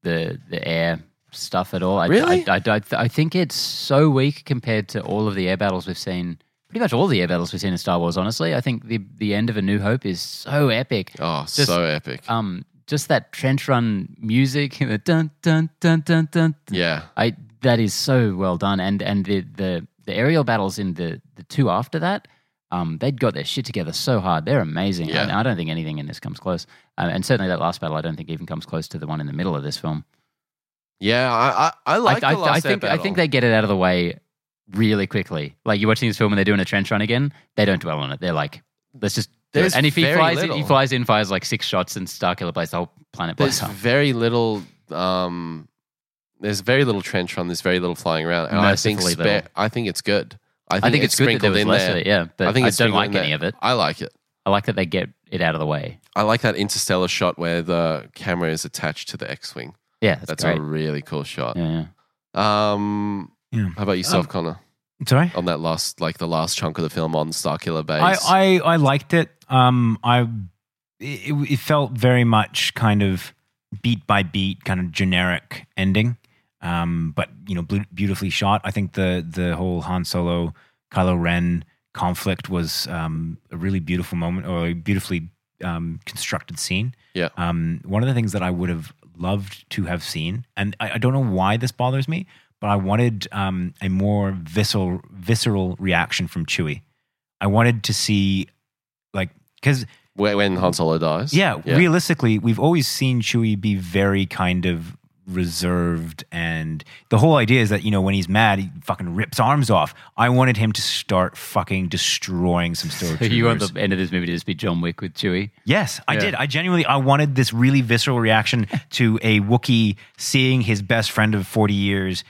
Speaker 3: the the air stuff at all. I,
Speaker 1: Really?
Speaker 3: I, I, I, I think it's so weak compared to all of the air battles we've seen. Pretty much all the air battles we've seen in Star Wars. Honestly, I think the the end of A New Hope is so epic.
Speaker 1: oh,
Speaker 3: just-
Speaker 1: so epic!
Speaker 3: Um, just that trench run music, the dun dun dun dun dun.
Speaker 1: yeah,
Speaker 3: I that is so well done, and and the the, the aerial battles in the the two after that, um, they'd got their shit together so hard. They're amazing.
Speaker 1: Yeah.
Speaker 3: I, I don't think anything in this comes close, um, and certainly that last battle, I don't think even comes close to the one in the middle of this film.
Speaker 1: yeah, I I, I like
Speaker 3: I,
Speaker 1: the last
Speaker 3: I think I think they get it out of the way really quickly. Like you're watching this film and they're doing a trench run again. They don't dwell on it. They're like, let's just. do it.
Speaker 1: There's
Speaker 3: And if he
Speaker 1: very
Speaker 3: flies,
Speaker 1: little.
Speaker 3: he flies in, fires like six shots, and Starkiller plays the whole planet
Speaker 1: There's
Speaker 3: blows up.
Speaker 1: very little. Um, there's very little trench run. There's very little flying around, and I
Speaker 3: Mercifully
Speaker 1: think spa-
Speaker 3: little.
Speaker 1: I think it's good. I think,
Speaker 3: I think it's good that there
Speaker 1: sprinkled
Speaker 3: was
Speaker 1: in
Speaker 3: less
Speaker 1: there.
Speaker 3: of it, yeah. But I,
Speaker 1: I think it's
Speaker 3: don't
Speaker 1: sprinkled
Speaker 3: like
Speaker 1: in there.
Speaker 3: any of it.
Speaker 1: I like it.
Speaker 3: I like that they get it out of the way.
Speaker 1: I like that interstellar shot where the camera is attached to the X-wing.
Speaker 3: Yeah, that's,
Speaker 1: That's,
Speaker 3: great.
Speaker 1: a really cool shot.
Speaker 3: yeah, yeah.
Speaker 1: Um,
Speaker 2: Yeah.
Speaker 1: how about yourself, Connor?
Speaker 2: Sorry.
Speaker 1: On that last, like the last chunk of the film on Starkiller Base.
Speaker 2: I, I I liked it. Um, I it, it felt very much kind of beat by beat, kind of generic ending. Um, but you know, blu- beautifully shot. I think the the whole Han Solo Kylo Ren conflict was um, a really beautiful moment, or a beautifully um, constructed scene.
Speaker 1: Yeah.
Speaker 2: Um, one of the things that I would have loved to have seen, and I, I don't know why this bothers me, but I wanted um, a more visceral visceral reaction from Chewie. I wanted to see, like, because
Speaker 1: Where- when Han Solo dies.
Speaker 2: yeah,
Speaker 1: yeah.
Speaker 2: realistically, we've always seen Chewie be very kind of reserved, and the whole idea is that you know when he's mad, he fucking rips arms off. I wanted him to start fucking destroying some
Speaker 3: So
Speaker 2: stormtroopers.
Speaker 3: you want the end of this movie to just be John Wick with Chewie?
Speaker 2: Yes, I
Speaker 3: Yeah.
Speaker 2: did. I genuinely I wanted this really visceral reaction to a Wookiee seeing his best friend of 40 years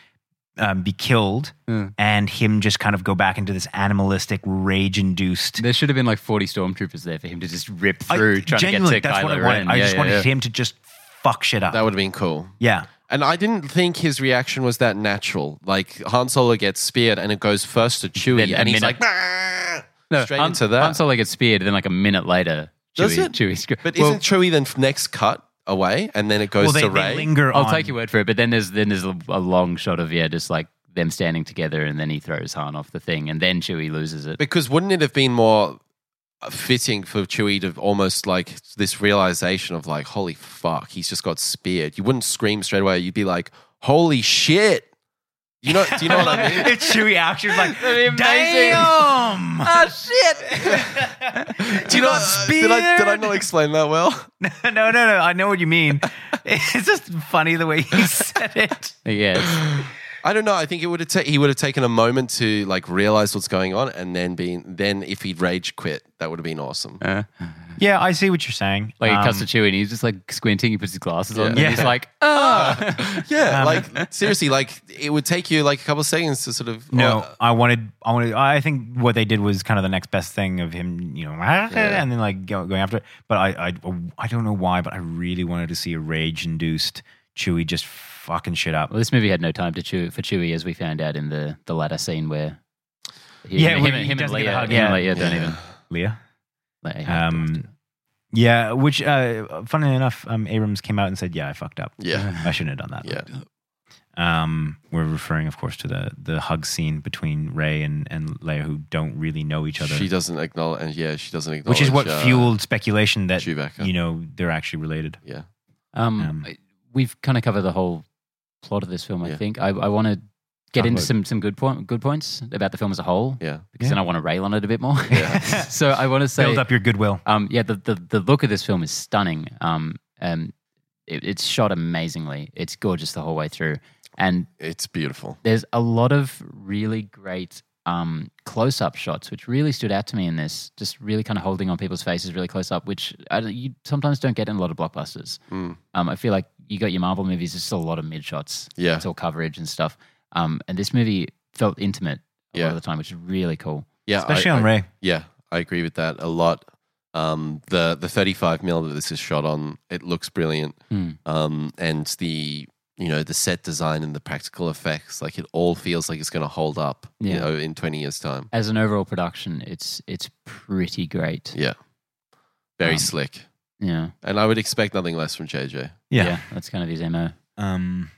Speaker 2: um, be killed
Speaker 3: Hmm.
Speaker 2: and him just kind of go back into this animalistic rage induced
Speaker 3: There should have been like forty stormtroopers there for him to just rip through, trying to get
Speaker 2: genuinely
Speaker 3: to
Speaker 2: that's
Speaker 3: Kylo
Speaker 2: what I wanted.
Speaker 3: Ren.
Speaker 2: I
Speaker 3: Yeah,
Speaker 2: just
Speaker 3: yeah,
Speaker 2: wanted
Speaker 3: yeah.
Speaker 2: him to just fuck shit up.
Speaker 1: that would have been cool.
Speaker 2: yeah.
Speaker 1: And I didn't think his reaction was that natural. Like Han Solo gets speared and it goes first to Chewie,
Speaker 3: Then a
Speaker 1: and he's like,
Speaker 3: minute-
Speaker 1: "Bah!"
Speaker 3: No,
Speaker 1: straight
Speaker 3: Han-
Speaker 1: into that.
Speaker 3: Han Solo gets speared, then like a minute later,
Speaker 1: Does
Speaker 3: Chewie,
Speaker 1: it?
Speaker 3: Chewie's.
Speaker 1: but
Speaker 3: well,
Speaker 1: isn't Chewie then f- next cut away, and then it goes
Speaker 2: Well, they,
Speaker 1: to
Speaker 2: they
Speaker 1: Ray?
Speaker 2: linger
Speaker 3: I'll
Speaker 2: on.
Speaker 3: take your word for it. But then there's then there's a a long shot of yeah, just like them standing together, and then he throws Han off the thing, and then Chewie loses it.
Speaker 1: because wouldn't it have been more fitting for Chewie to almost like this realization of like, holy fuck, he's just got speared. You wouldn't scream straight away. You'd be like, holy shit. You know? Do you know what I mean?
Speaker 2: it's Chewie actually like,
Speaker 3: That'd be amazing.
Speaker 2: damn.
Speaker 3: oh shit!
Speaker 1: Do you know?
Speaker 2: got
Speaker 1: Did I, did I
Speaker 2: speared.
Speaker 1: not explain that well?
Speaker 2: no, no, no. I know what you mean. It's just funny the way he said it.
Speaker 3: yeah, it's-
Speaker 1: I don't know. I think it would have ta- he would have taken a moment to like realize what's going on, and then being then if he'd rage quit, that would have been awesome.
Speaker 3: Uh,
Speaker 2: Yeah, I see what you're saying.
Speaker 3: like
Speaker 2: Um,
Speaker 3: he cuts the chew and he's just like squinting. He puts his glasses on.
Speaker 1: Yeah.
Speaker 3: And he's like, ah.
Speaker 1: Yeah,
Speaker 2: Um,
Speaker 1: like seriously, like it would take you like a couple of seconds to sort of
Speaker 2: No,
Speaker 1: oh,
Speaker 2: I wanted, I wanted, I think what they did was kind of the next best thing of him, you know, and then like go- going after it. But I, I, I don't know why, but I really wanted to see a rage induced Chewie just fucking shit up.
Speaker 3: well, this movie had no time to chew for Chewie, as we found out in the the latter scene where. he-
Speaker 2: Yeah,
Speaker 3: him,
Speaker 2: when
Speaker 3: and-
Speaker 2: he
Speaker 3: him and
Speaker 2: doesn't get
Speaker 3: Leia,
Speaker 2: a hug,
Speaker 3: him and
Speaker 2: yeah.
Speaker 3: Leia don't
Speaker 1: Yeah.
Speaker 3: even.
Speaker 2: Leah?
Speaker 3: Leia has to
Speaker 2: Um,
Speaker 3: do it.
Speaker 2: Yeah, which, uh, funnily enough, um, Abrams came out and said, yeah, I fucked up.
Speaker 1: yeah,
Speaker 2: I shouldn't have done that.
Speaker 1: yeah.
Speaker 2: Um, we're referring, of course, to the, the hug scene between Ray and, and Leia, who don't really know each other.
Speaker 1: She doesn't acknowledge, and yeah, she doesn't acknowledge.
Speaker 2: which is what
Speaker 1: uh,
Speaker 2: fueled speculation that,
Speaker 1: Chewbacca.
Speaker 2: you know, they're actually related.
Speaker 1: yeah,
Speaker 3: Um,
Speaker 2: Um,
Speaker 3: I- we've kind of covered the whole plot of this film. I
Speaker 1: Yeah.
Speaker 3: think I, I want to get
Speaker 2: Talk
Speaker 3: into
Speaker 2: about-
Speaker 3: some some good point good points about the film as a whole
Speaker 1: yeah,
Speaker 3: because
Speaker 2: Yeah.
Speaker 3: then I want to rail on it a bit more.
Speaker 1: Yeah.
Speaker 3: so I want to say,
Speaker 2: Build up your goodwill.
Speaker 3: um, yeah, the, the the look of this film is stunning. Um, um, it, it's shot amazingly. It's gorgeous the whole way through, and
Speaker 1: it's beautiful.
Speaker 3: there's a lot of really great um, close-up shots, which really stood out to me in this. Just really kind of holding on people's faces really close up, which I, don't- you sometimes don't get in a lot of blockbusters.
Speaker 1: Mm.
Speaker 3: Um, I feel like you got your Marvel movies, it's just a lot of mid shots.
Speaker 1: Yeah.
Speaker 3: It's all coverage and stuff. Um, and this movie felt intimate a
Speaker 1: Yeah.
Speaker 3: lot of the time, which is really cool.
Speaker 1: Yeah,
Speaker 2: Especially
Speaker 1: I,
Speaker 2: on
Speaker 1: I-
Speaker 2: Ray.
Speaker 1: Yeah, I agree with that a lot. Um, the the 35 mil that this is shot on, it looks brilliant.
Speaker 3: Hmm.
Speaker 1: Um, and the you know the set design and the practical effects, like it all feels like it's going to hold up. You
Speaker 3: Yeah.
Speaker 1: know, in 20 years time.
Speaker 3: As an overall production, it's it's pretty great.
Speaker 1: Yeah, very
Speaker 3: Um,
Speaker 1: slick.
Speaker 3: Yeah.
Speaker 1: And I would expect nothing less from JJ.
Speaker 2: Yeah.
Speaker 3: That's kind of his MO.
Speaker 2: Um,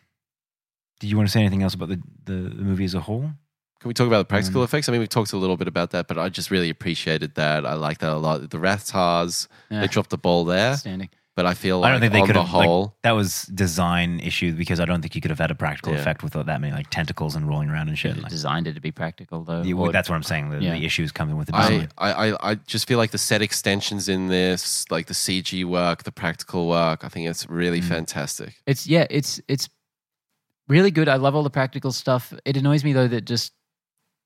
Speaker 2: do you want to say anything else about the, the, the movie as a whole?
Speaker 1: Can we talk about the practical
Speaker 2: Hmm.
Speaker 1: effects? I mean, we talked a little bit about that, but I just really appreciated that. I like that a lot. The Rathars,
Speaker 3: Yeah.
Speaker 1: they dropped the ball there,
Speaker 3: Outstanding.
Speaker 1: but I feel like
Speaker 2: I don't think they
Speaker 1: on
Speaker 2: could
Speaker 1: the
Speaker 2: have. like,
Speaker 1: whole,
Speaker 2: that was design issue because I don't think you could have had a practical
Speaker 1: Yeah.
Speaker 2: effect without that many like tentacles and rolling around and shit.
Speaker 3: They
Speaker 2: Like,
Speaker 3: Designed it to be practical, though.
Speaker 2: you-
Speaker 3: or-
Speaker 2: that's what I'm saying. The,
Speaker 3: Yeah.
Speaker 2: the issues coming with the
Speaker 1: I,
Speaker 2: design.
Speaker 1: I, I, I just feel like the set extensions in this, like the CG work, the practical work, I think it's really
Speaker 2: Mm.
Speaker 1: fantastic.
Speaker 3: It's yeah, it's it's really good. I love all the practical stuff. It annoys me though that just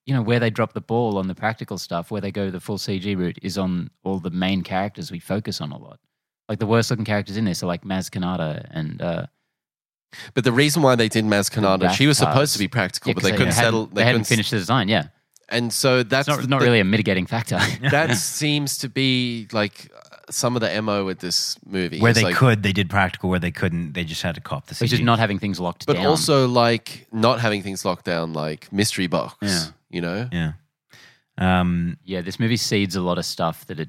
Speaker 3: you know where they drop the ball on the practical stuff, where they go the full CG route is on all the main characters we focus on a lot. Like the worst looking characters in this are like Maz Kanata and uh,
Speaker 1: But the reason why they did Maz Kanata, she was
Speaker 3: Rathars.
Speaker 1: supposed to be practical,
Speaker 3: yeah, 'cause
Speaker 1: but they, couldn't
Speaker 3: hadn't-
Speaker 1: settle.
Speaker 3: They, hadn't
Speaker 1: couldn't-
Speaker 3: finished the design. Yeah,
Speaker 1: And so
Speaker 3: it's
Speaker 1: that's
Speaker 3: not, not
Speaker 1: the-
Speaker 3: really a mitigating factor.
Speaker 1: that seems to be like uh, some of the mo with this movie.
Speaker 2: where
Speaker 1: It's
Speaker 2: they
Speaker 1: like-
Speaker 2: could, they did practical. Where they couldn't, they just had to cop the CG.
Speaker 3: Which is not having things locked
Speaker 1: but
Speaker 3: down.
Speaker 1: also like not having things locked down, like mystery box.
Speaker 3: Yeah.
Speaker 1: You know,
Speaker 2: yeah. Um,
Speaker 3: yeah, this movie seeds a lot of stuff that it.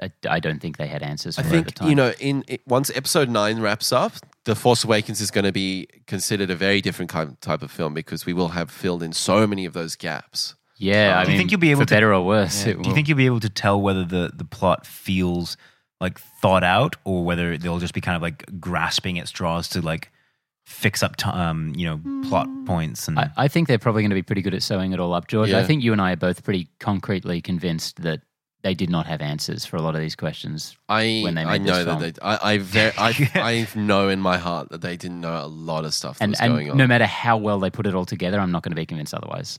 Speaker 3: I, I don't think they had answers for
Speaker 1: I
Speaker 3: at the
Speaker 1: think
Speaker 3: time.
Speaker 1: you know. In it, once episode nine wraps up, the Force Awakens is going to be considered a very different kind, type of film because we will have filled in so many of those gaps.
Speaker 3: yeah, I
Speaker 2: Do you
Speaker 3: mean,
Speaker 2: think you'll be able
Speaker 3: for
Speaker 2: to-
Speaker 3: better or worse?
Speaker 1: Yeah.
Speaker 3: it
Speaker 2: do you
Speaker 3: will.
Speaker 2: think you'll be able to tell whether the the plot feels like thought out or whether they'll just be kind of like grasping at straws to like fix up t- um, you know plot points and
Speaker 3: Hmm. I, I think they're probably going to be pretty good at sewing it all up, George. I
Speaker 1: Yeah.
Speaker 3: think you and I are both pretty concretely convinced that they did not have answers for a lot of these questions.
Speaker 1: I
Speaker 3: When they
Speaker 1: I
Speaker 3: made
Speaker 1: know
Speaker 3: this
Speaker 1: that
Speaker 3: film.
Speaker 1: they I I, ver- I I know in my heart that they didn't know a lot of stuff that
Speaker 3: And,
Speaker 1: was going
Speaker 3: and
Speaker 1: on.
Speaker 3: no matter how well they put it all together, I'm not going to be convinced otherwise.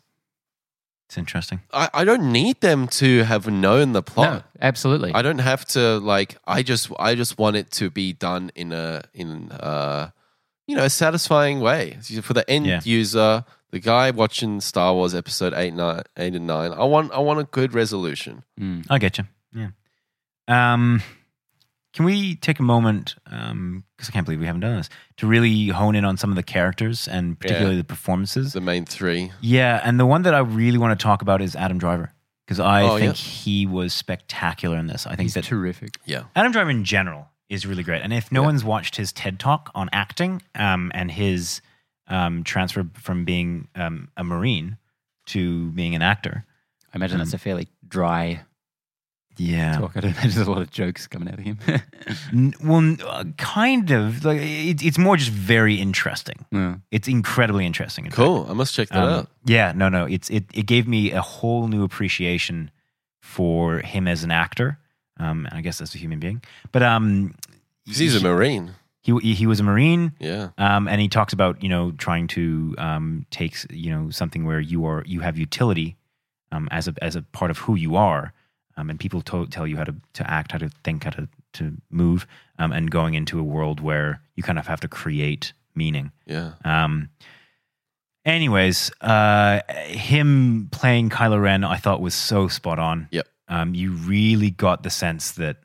Speaker 2: it's interesting.
Speaker 1: I, I don't need them to have known the
Speaker 3: No,
Speaker 1: plot.
Speaker 3: absolutely.
Speaker 1: I don't have to like I just I just want it to be done in a in uh you know a satisfying way for the end
Speaker 2: Yeah.
Speaker 1: user, the guy watching Star Wars episode 8 9 8 and 9. I want I want a good resolution.
Speaker 3: Mm.
Speaker 2: I get you. Yeah. Um, can we take a moment? Um, because I can't believe we haven't done this to really hone in on some of the characters and particularly the performances.
Speaker 1: The main 3.
Speaker 2: Yeah, and the one that I really want to talk about is Adam Driver because I
Speaker 1: Oh,
Speaker 2: think he was spectacular in this. I think
Speaker 3: He's
Speaker 2: that
Speaker 3: terrific.
Speaker 1: Yeah.
Speaker 2: Adam Driver in general is really great. And if no
Speaker 1: Yeah.
Speaker 2: one's watched his TED talk on acting um, and his um, transfer from being um, a Marine to being an actor,
Speaker 3: I imagine that's a fairly dry
Speaker 2: yeah,
Speaker 3: talk. I don't imagine there's a lot of jokes coming out of him.
Speaker 2: N- well, n- uh, kind of like it, it's more just very interesting.
Speaker 3: Yeah.
Speaker 2: It's incredibly interesting. in fact.
Speaker 1: Cool. I must check that
Speaker 2: Um,
Speaker 1: out.
Speaker 2: Yeah, no, no. It's it. It gave me a whole new appreciation for him as an actor, um, and I guess as a human being. But um,
Speaker 1: 'Cause He's a marine.
Speaker 2: He w- he was a marine.
Speaker 1: Yeah.
Speaker 2: Um, and he talks about you know trying to um, take you know something where you are you have utility um, as a as a part of who you are, um, and people to- tell you how to to act, how to think, how to to move, um, and going into a world where you kind of have to create meaning.
Speaker 1: Yeah.
Speaker 2: Um, anyways, uh, him playing Kylo Ren, I thought was so spot on.
Speaker 1: Yep.
Speaker 2: Um, you really got the sense that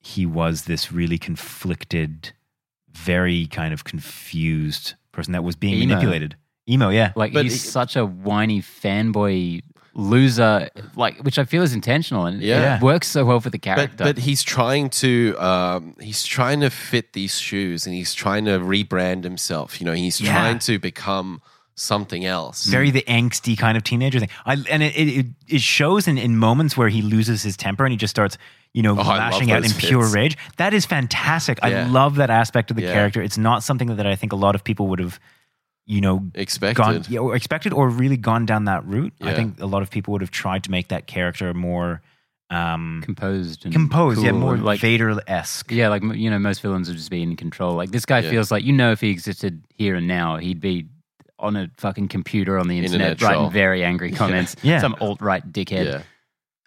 Speaker 2: he was this really conflicted, very kind of confused person that was being
Speaker 3: Emo.
Speaker 2: manipulated. Emo, yeah.
Speaker 3: Like
Speaker 1: But
Speaker 3: he's
Speaker 1: it-
Speaker 3: such a whiny fanboy loser, like which I feel is intentional and
Speaker 1: Yeah.
Speaker 3: it works so well for the
Speaker 1: But,
Speaker 3: character.
Speaker 1: but he's trying to um, he's trying to fit these shoes and he's trying to rebrand himself. You know, he's
Speaker 2: Yeah.
Speaker 1: trying to become something else.
Speaker 2: Very the angsty kind of teenager thing. I, and it, it, it- it shows in, in moments where he loses his temper and he just starts, you know,
Speaker 1: Oh, I love
Speaker 2: lashing out in
Speaker 1: those
Speaker 2: pure
Speaker 1: bits.
Speaker 2: rage. That is fantastic.
Speaker 1: Yeah.
Speaker 2: I love that aspect of the
Speaker 1: Yeah.
Speaker 2: character. It's not something that I think a lot of people would have, you know,
Speaker 1: expected.
Speaker 2: gone yeah, or expected or really gone down that route. I
Speaker 1: Yeah.
Speaker 2: think a lot of people would have tried to make that character more um,
Speaker 3: composed and
Speaker 2: composed, yeah,
Speaker 3: cool
Speaker 2: more
Speaker 3: and, like
Speaker 2: Vader esque.
Speaker 3: yeah, like you know, most villains would just be in control. Like this guy
Speaker 1: Yeah.
Speaker 3: feels like you know, if he existed here and now, he'd be on a fucking computer on the internet,
Speaker 1: Internet troll.
Speaker 3: writing very angry comments.
Speaker 2: Yeah.
Speaker 3: some alt right dickhead.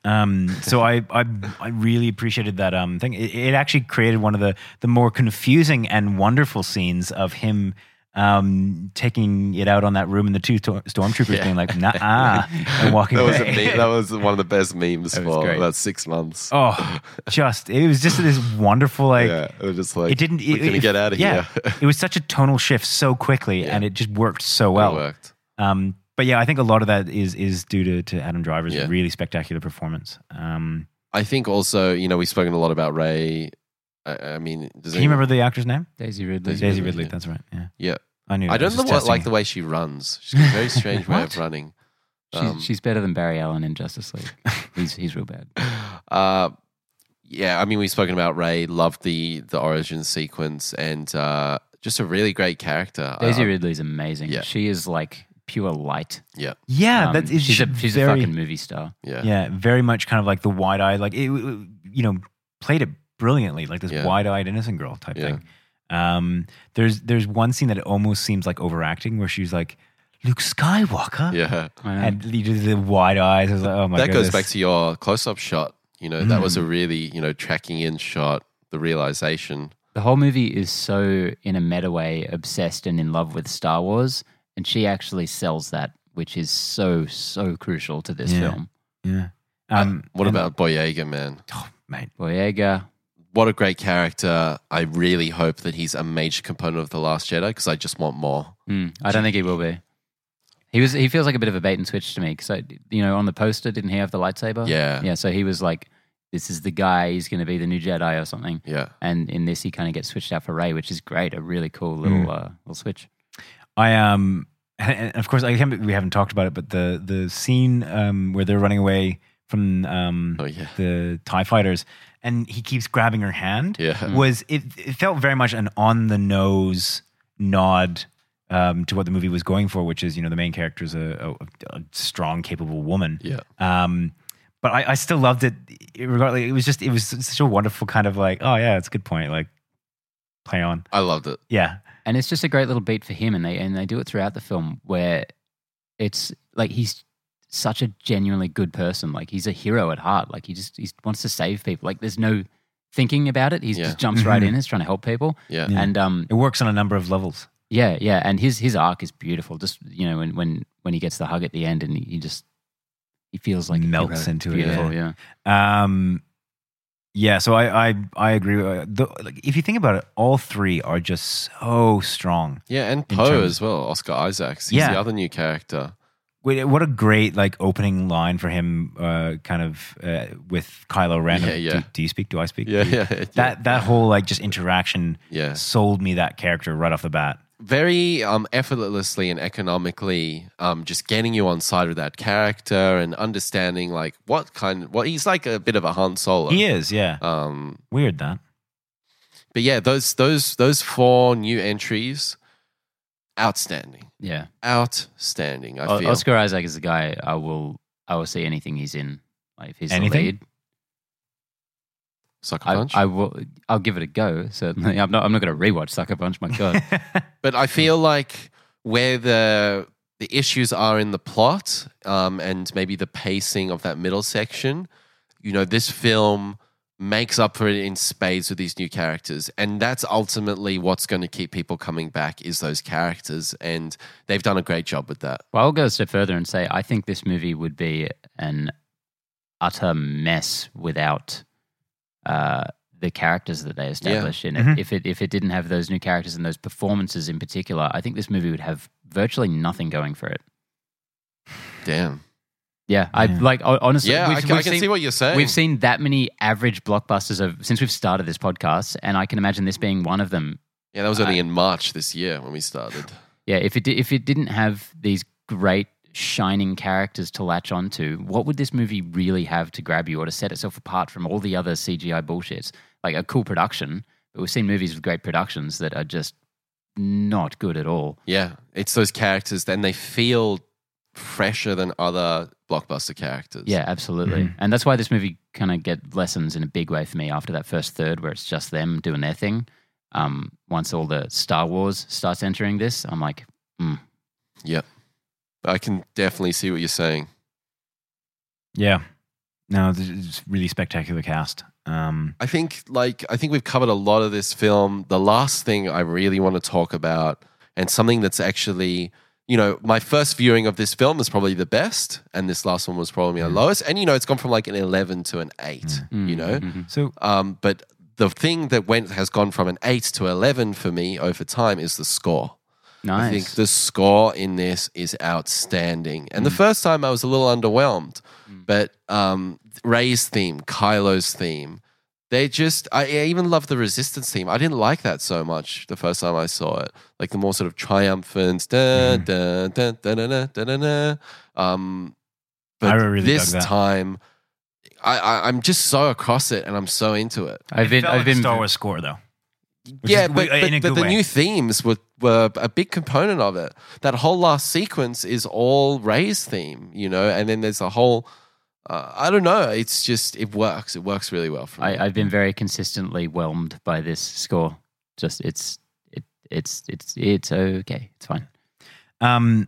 Speaker 1: Yeah.
Speaker 2: Um, so I, I I really appreciated that um thing. It, it actually created one of the the more confusing and wonderful scenes of him um taking it out on that room and the two tor- stormtroopers
Speaker 1: Yeah.
Speaker 2: being like nah ah and walking
Speaker 1: That was a
Speaker 2: away.
Speaker 1: meme, that was one of the best memes
Speaker 3: That was
Speaker 1: for
Speaker 3: great.
Speaker 1: about six months.
Speaker 2: oh, just it was just this wonderful like.
Speaker 1: yeah, it was just like
Speaker 2: It didn't.
Speaker 1: We're
Speaker 2: it-
Speaker 1: gonna
Speaker 2: it-
Speaker 1: get out of
Speaker 2: yeah,
Speaker 1: here.
Speaker 2: it was such a tonal shift so quickly,
Speaker 1: Yeah.
Speaker 2: and it just worked so
Speaker 1: it
Speaker 2: well.
Speaker 1: worked.
Speaker 2: Um, but yeah, I think a lot of that is is due to, to Adam Driver's
Speaker 1: Yeah.
Speaker 2: really spectacular performance. Um,
Speaker 1: I think also, you know, we've spoken a lot about Ray. I, I mean, does
Speaker 2: can you
Speaker 1: anyone-
Speaker 2: remember the actor's name?
Speaker 3: Daisy Ridley.
Speaker 1: Daisy
Speaker 2: Daisy
Speaker 1: Ridley,
Speaker 2: Ridley.
Speaker 1: yeah.
Speaker 2: That's right. Yeah.
Speaker 1: Yeah.
Speaker 2: I knew.
Speaker 1: I
Speaker 2: it.
Speaker 1: don't
Speaker 2: was
Speaker 1: know
Speaker 2: just
Speaker 1: what
Speaker 2: testing
Speaker 1: like
Speaker 2: it.
Speaker 1: the way she runs. She's got a very strange way of
Speaker 2: What?
Speaker 1: running.
Speaker 3: She's,
Speaker 1: Um,
Speaker 3: she's better than Barry Allen in Justice League. he's he's real bad.
Speaker 1: Uh, yeah, I mean, we've spoken about Ray. Loved the the origin sequence and uh, just a really great character.
Speaker 3: Daisy
Speaker 1: Uh,
Speaker 3: Ridley's amazing.
Speaker 1: yeah.
Speaker 3: she is like pure light.
Speaker 2: Yeah,
Speaker 3: Um,
Speaker 2: that's it's
Speaker 3: she's a she's
Speaker 2: very,
Speaker 3: a fucking movie star.
Speaker 1: yeah,
Speaker 2: yeah, very much kind of like the wide eyed, like it, you know, played it brilliantly, like this
Speaker 1: Yeah.
Speaker 2: wide eyed innocent girl type
Speaker 1: Yeah.
Speaker 2: thing. Um, there's there's one scene that almost seems like overacting, where she's like Luke Skywalker,
Speaker 1: yeah.
Speaker 3: I know.
Speaker 2: and you do the wide eyes. I was like, oh my
Speaker 1: that
Speaker 2: goodness.
Speaker 1: goes back to your close up shot. You know, that was
Speaker 2: Mm.
Speaker 1: a really you know tracking in shot. The realization.
Speaker 3: The whole movie is so, in a meta way, obsessed and in love with Star Wars, and she actually sells that, which is so so crucial to this
Speaker 2: Yeah.
Speaker 3: film.
Speaker 2: yeah. Um,
Speaker 1: Uh, What
Speaker 2: and-
Speaker 1: about Boyega, man?
Speaker 2: oh, mate?
Speaker 3: Boyega,
Speaker 1: What a great character! I really hope that he's a major component of the Last Jedi because I just want more.
Speaker 3: mm, I don't think he will be. He was he feels like a bit of a bait and switch to me because you know on the poster didn't he have the
Speaker 2: Uh,
Speaker 3: lightsaber?
Speaker 1: Yeah, yeah,
Speaker 3: yeah. So he was like, this is the guy. He's going to be the new Jedi or something.
Speaker 1: yeah.
Speaker 3: And in this, he kind of gets switched out for Ray, which is great. A really cool little
Speaker 1: Hmm.
Speaker 3: uh, little switch.
Speaker 2: I um, and of course, I can't, we haven't talked about it, but the the scene um where they're running away from um
Speaker 1: Oh yeah,
Speaker 2: the Tie Fighters, and he keeps grabbing her hand.
Speaker 1: yeah.
Speaker 2: Was it? It felt very much an on the nose nod. Um, to what the movie was going for, which is you know the main character is a, a, a strong, capable woman,
Speaker 1: Yeah.
Speaker 2: Um, but I, I still loved it. Regardless, it was just it was such a wonderful kind of like, oh yeah, it's a good point. Like, play on,
Speaker 1: I loved it.
Speaker 2: yeah,
Speaker 3: and it's just a great little beat for him and they and they do it throughout the film where it's like he's such a genuinely good person like he's a hero at heart like he just he wants to save people like there's no thinking about it he
Speaker 1: Yeah. Hmm.
Speaker 3: just jumps right
Speaker 2: Mhm.
Speaker 3: in he's trying to help people
Speaker 1: Yeah,
Speaker 2: Yeah.
Speaker 3: and um
Speaker 2: it works on a number of levels.
Speaker 3: yeah yeah and his his arc is beautiful just you know when when when he gets the hug at the end and he, he just he feels like a
Speaker 2: Melts
Speaker 3: hero.
Speaker 2: into it,
Speaker 3: beautiful, yeah.
Speaker 2: Um, yeah, so I I, I agree. Uh, The, like, if you think about it, all three are just so strong.
Speaker 1: yeah, and
Speaker 2: In
Speaker 1: Poe
Speaker 2: terms-
Speaker 1: as well. Oscar Isaacs. He's
Speaker 2: Yeah.
Speaker 1: the other new character.
Speaker 2: Wait, What a great like opening line for him, uh, kind of uh, with Kylo Ren.
Speaker 1: Yeah,
Speaker 2: of,
Speaker 1: yeah.
Speaker 2: Do, do you speak? Do I speak?
Speaker 1: Yeah,
Speaker 2: Do you-"
Speaker 1: yeah, yeah.
Speaker 2: That that whole like just interaction
Speaker 1: yeah.
Speaker 2: sold me that character right off the bat.
Speaker 1: very um, effortlessly and economically um, just getting you on side with that character and understanding like what kind well he's like a bit of a Han Solo.
Speaker 2: He is, yeah.
Speaker 1: Um,
Speaker 2: Weird that.
Speaker 1: but yeah, those those those four new entries, outstanding,
Speaker 3: yeah.
Speaker 1: outstanding. I
Speaker 3: O-
Speaker 1: feel
Speaker 3: Oscar Isaac is the guy I will I will see anything he's in. Like if he's
Speaker 2: Anything?
Speaker 3: the lead.
Speaker 1: Sucker
Speaker 3: I,
Speaker 1: Punch.
Speaker 3: I will. I'll give it a go. Certainly, I'm not. I'm not going to rewatch Sucker Punch. My God,
Speaker 1: but I feel like where the the issues are in the plot um, and maybe the pacing of that middle section, you know, this film makes up for it in spades with these new characters, and that's ultimately what's going to keep people coming back is those characters, and they've done a great job with that.
Speaker 3: Well, I'll go a step further and say I think this movie would be an utter mess without uh, the characters that they establish in it.
Speaker 1: Mm-hmm.
Speaker 2: Mhm.
Speaker 3: If it if it didn't have those new characters and those performances in particular, I think this movie would have virtually nothing going for it.
Speaker 1: Damn.
Speaker 3: Yeah, I
Speaker 2: Yeah.
Speaker 3: like ho- honestly.
Speaker 1: yeah,
Speaker 3: we've,
Speaker 1: I, can,
Speaker 3: we've
Speaker 1: I can
Speaker 3: seen,
Speaker 1: see what you're saying.
Speaker 3: we've seen that many average blockbusters of since we've started this podcast, and I can imagine this being one of them.
Speaker 1: yeah, that was
Speaker 3: Uh,
Speaker 1: only in March this year when we started.
Speaker 3: Yeah, if it di- if it didn't have these great shining characters to latch onto, what would this movie really have to grab you or to set itself apart from all the other CGI bullshits? Like a cool production, but we've seen movies with great productions that are just not good at all.
Speaker 1: Yeah, it's those characters, then they feel fresher than other blockbuster characters.
Speaker 3: Yeah, absolutely.
Speaker 1: Mm-hmm.
Speaker 2: Mhm.
Speaker 3: And that's why this movie kind of get lessons in a big way for me after that first third where it's just them doing their thing. Um, once all the Star Wars starts entering this, I'm like,
Speaker 1: I can definitely see what you're saying.
Speaker 2: yeah. No, this is really spectacular cast. Um,
Speaker 1: I think like I think we've covered a lot of this film. The last thing I really want to talk about and something that's actually, you know, my first viewing of this film is probably the best and this last one was probably my
Speaker 2: Mm.
Speaker 1: lowest and you know it's gone from like an 11 to an 8,
Speaker 3: mm,
Speaker 1: you know.
Speaker 3: mhm.
Speaker 2: so
Speaker 1: Um but the thing that went has gone from an 8 to 11 for me over time is the score.
Speaker 3: nice.
Speaker 1: I think the score in this is outstanding. And the
Speaker 2: Mm.
Speaker 1: first time I was a little underwhelmed,
Speaker 3: Mm.
Speaker 1: but um, Ray's theme, Kylo's theme, they just, I, I even love the Resistance theme. I didn't like that so much the first time I saw it. Like the more sort of triumphant, da,
Speaker 2: Mhm.
Speaker 1: da, da, da, da, da, da, da, da. Um, but
Speaker 2: I really dug
Speaker 1: this
Speaker 2: that.
Speaker 1: time, I, I, I'm just so across it and I'm so into it.
Speaker 3: I've been,
Speaker 2: felt
Speaker 3: I've
Speaker 2: like a
Speaker 3: been
Speaker 2: Star Wars score though. Which
Speaker 1: yeah,
Speaker 2: is-
Speaker 1: but,
Speaker 2: in a
Speaker 1: but, but
Speaker 2: good
Speaker 1: the
Speaker 2: way.
Speaker 1: new themes were, were a big component of it. That whole last sequence is all Ray's theme, you know, and then there's a whole. Uh, I don't know. It's just it works. It works really well for me.
Speaker 2: Mm.
Speaker 3: I, I've been very consistently whelmed by this score. Just it's it it's it's it's okay. It's fine.
Speaker 2: Um,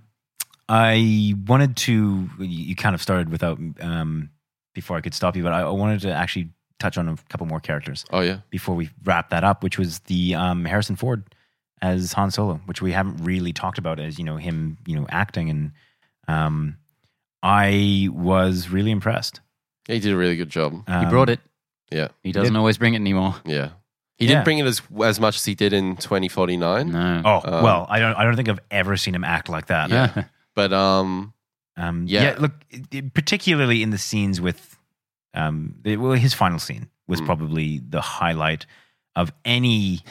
Speaker 2: I wanted to. You you kind of started without um, before I could stop you, but I I wanted to actually touch on a couple more characters
Speaker 1: oh yeah,
Speaker 2: before we wrap that up, which was the um, Harrison Ford as Han Solo, which we haven't really talked about as you know him, you know acting, and um, I was really impressed.
Speaker 1: he did a really good job.
Speaker 2: Um,
Speaker 3: he brought it.
Speaker 1: Yeah,
Speaker 3: He doesn't always bring it anymore.
Speaker 1: yeah. He
Speaker 2: Yeah.
Speaker 1: didn't bring it as as much as he did in 2049,
Speaker 3: No.
Speaker 2: Oh
Speaker 1: Um,
Speaker 2: well, I don't. I don't think I've ever seen him act like that.
Speaker 3: yeah.
Speaker 1: but um,
Speaker 2: Um, yeah.
Speaker 1: Yeah.
Speaker 2: Look, it- it- particularly in the scenes with, um, the, well, his final scene was
Speaker 1: Mm.
Speaker 2: probably the highlight of any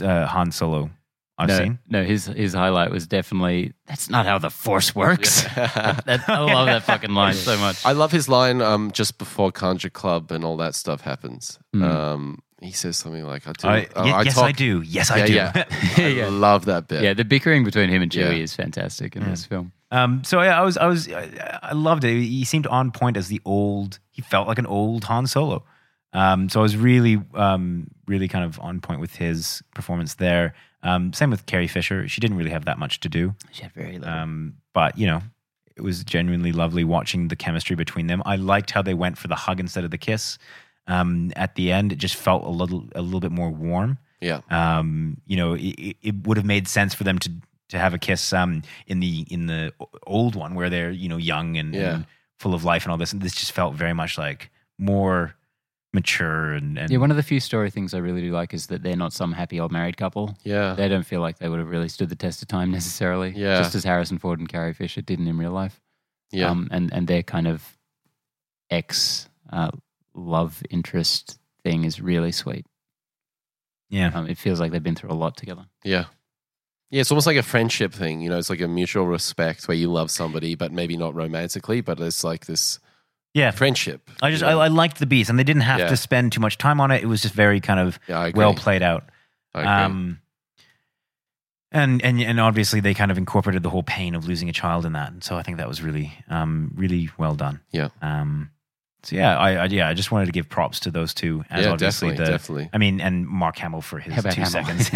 Speaker 2: uh, Han Solo I've
Speaker 3: no,
Speaker 2: seen.
Speaker 3: no, his his highlight was definitely that's not how the force works. That- I love that fucking line so much.
Speaker 1: I love his line um, just before Conjure Club and all that stuff happens.
Speaker 3: Mm.
Speaker 1: Um, he says something like, "I do."
Speaker 2: Hmm. I,
Speaker 1: uh,
Speaker 2: ye- yes,
Speaker 1: talk-
Speaker 2: I do. Yes, I
Speaker 1: Yeah,
Speaker 2: do.
Speaker 1: I
Speaker 3: yeah.
Speaker 1: love that bit.
Speaker 3: yeah, the bickering between him and Chewie
Speaker 1: Yeah.
Speaker 3: is fantastic in
Speaker 2: Yeah.
Speaker 3: this film.
Speaker 2: um, so yeah, I was, I was, I, I loved it. He seemed on point as the old. He felt like an old Han Solo. Um, so I was really, um, really kind of on point with his performance there. Um, same with Carrie Fisher. She didn't really have that much to do.
Speaker 3: She had very little.
Speaker 2: Um, but you know, it was genuinely lovely watching the chemistry between them. I liked how they went for the hug instead of the kiss. Um, at the end, it just felt a little a little bit more warm.
Speaker 1: Yeah.
Speaker 2: Um, you know, it, it would have made sense for them to to have a kiss um, in the in the o- old one where they're you know young and,
Speaker 1: Yeah.
Speaker 2: and full of life and all this. And this just felt very much like more mature and, and
Speaker 3: yeah, one of the few story things I really do like is that they're not some happy old married couple.
Speaker 1: Yeah.
Speaker 3: They don't feel like they would have really stood the test of time necessarily.
Speaker 1: Yeah.
Speaker 3: Just as Harrison Ford and Carrie Fisher didn't in real life.
Speaker 1: Yeah.
Speaker 3: um, and and their kind of ex uh, love interest thing is really sweet.
Speaker 2: yeah.
Speaker 3: Um, it feels like they've been through a lot together.
Speaker 1: yeah. Yeah. It's almost like a friendship thing. You know, it's like a mutual respect where you love somebody, but maybe not romantically, but it's like this
Speaker 2: Yeah.
Speaker 1: friendship.
Speaker 2: I just
Speaker 1: you
Speaker 2: I,
Speaker 1: know?
Speaker 2: I liked the beats and they didn't have
Speaker 1: Yeah.
Speaker 2: to spend too much time on it. It was just very kind of
Speaker 1: yeah, I agree.
Speaker 2: well played out.
Speaker 1: I agree.
Speaker 2: Um, and and and obviously they kind of incorporated the whole pain of losing a child in that, and so I think that was really um, really well done.
Speaker 1: Yeah.
Speaker 2: Um, So yeah, I, I yeah, I just wanted to give props to those two. As
Speaker 1: yeah,
Speaker 2: obviously
Speaker 1: definitely,
Speaker 2: the,
Speaker 1: definitely.
Speaker 2: I mean, and Mark Hamill for his
Speaker 3: How about
Speaker 2: two
Speaker 3: Hamill?
Speaker 2: seconds.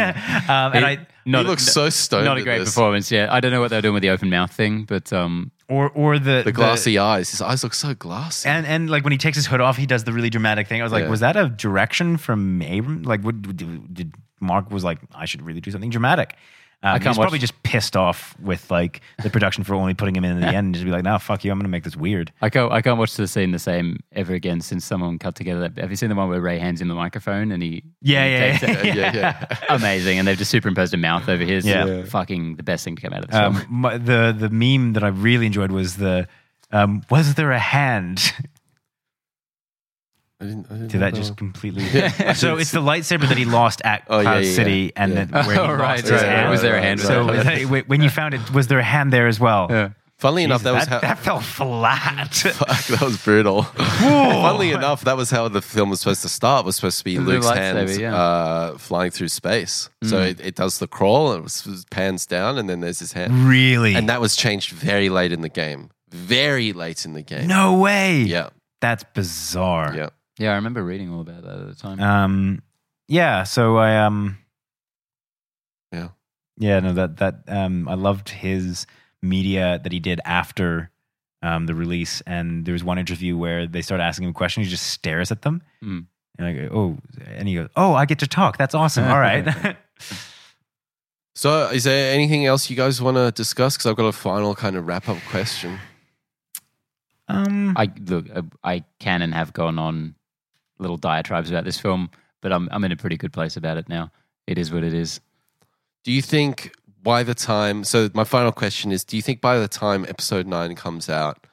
Speaker 2: um, and I
Speaker 1: he looks so stoned.
Speaker 3: not a
Speaker 1: at
Speaker 3: great
Speaker 1: this.
Speaker 3: performance. Yeah, I don't know what they're doing with the open mouth thing, but um,
Speaker 2: or or the
Speaker 1: The glassy eyes. His eyes look so glassy.
Speaker 2: and and like when he takes his hood off, he does the really dramatic thing. I was like,
Speaker 1: Yeah.
Speaker 2: was that a direction from Abram? Like, what did, did Mark was like? I should really do something dramatic.
Speaker 3: I
Speaker 2: Um,
Speaker 3: can't
Speaker 2: he's
Speaker 3: watch-
Speaker 2: probably just pissed off with like the production for only putting him in at the end and just be like, "No, fuck you, I'm gonna make this weird."
Speaker 3: I can't I can't watch the scene the same ever again since someone cut together that. Have you seen the one where Ray hands him the microphone and he?
Speaker 2: Yeah,
Speaker 3: and he
Speaker 2: yeah,
Speaker 3: takes it?
Speaker 2: yeah.
Speaker 1: yeah, yeah, yeah.
Speaker 3: Amazing, and they've just superimposed a mouth over his.
Speaker 2: Yeah.
Speaker 1: Yeah.
Speaker 3: fucking the best thing to come out of this
Speaker 2: Um,
Speaker 3: film.
Speaker 2: my, the the meme that I really enjoyed was the um, was there a hand?
Speaker 1: I didn't, I didn't know
Speaker 2: Did that just
Speaker 1: one.
Speaker 2: completely?
Speaker 1: Uh-huh. Yeah.
Speaker 2: so it's the lightsaber that he lost at
Speaker 1: Oh, yeah,
Speaker 2: Cloud
Speaker 1: yeah,
Speaker 2: City,
Speaker 1: yeah.
Speaker 2: and
Speaker 1: Yeah.
Speaker 2: then where he
Speaker 3: Oh,
Speaker 2: lost
Speaker 3: right,
Speaker 2: his
Speaker 1: right,
Speaker 2: hand.
Speaker 1: right, Was there a
Speaker 3: hand?
Speaker 2: So
Speaker 1: Right.
Speaker 2: was that- wait, when you found it, was there a hand there as well?
Speaker 1: Funnily enough,
Speaker 2: Jesus,
Speaker 1: that was
Speaker 2: that,
Speaker 1: how.
Speaker 2: that fell flat.
Speaker 1: Fuck, that was brutal. Funnily enough, that was how the film was supposed to start. Was supposed to be
Speaker 3: The
Speaker 1: Luke's
Speaker 3: lightsaber,
Speaker 1: hands
Speaker 3: yeah.
Speaker 1: uh, flying through space.
Speaker 2: Hmm.
Speaker 1: So it, it does the crawl and it s- s- pans down, and then there's his hand.
Speaker 2: really?
Speaker 1: And that was changed very late in the game. Very late in the game.
Speaker 2: no way.
Speaker 1: Yeah.
Speaker 2: That's bizarre.
Speaker 1: Yeah.
Speaker 3: Yeah, I remember reading all about that at the time.
Speaker 2: Um. Yeah. So I um.
Speaker 1: Yeah.
Speaker 2: Yeah. No. That that um. I loved his media that he did after um the release, and there was one interview where they started asking him questions. He just stares at them,
Speaker 1: Hmm.
Speaker 3: Mm.
Speaker 2: and I go, "Oh," and he goes, "Oh, I get to talk. That's awesome. All right."
Speaker 1: So is there anything else you guys want to discuss? Because I've got a final kind of wrap up question.
Speaker 2: um.
Speaker 3: I look, uh, I can and have gone on little diatribes about this film, but I'm I'm in a pretty good place about it now. It is what it is.
Speaker 1: Do you think by the time? So my final question is: Do you think by the time Episode Nine comes out,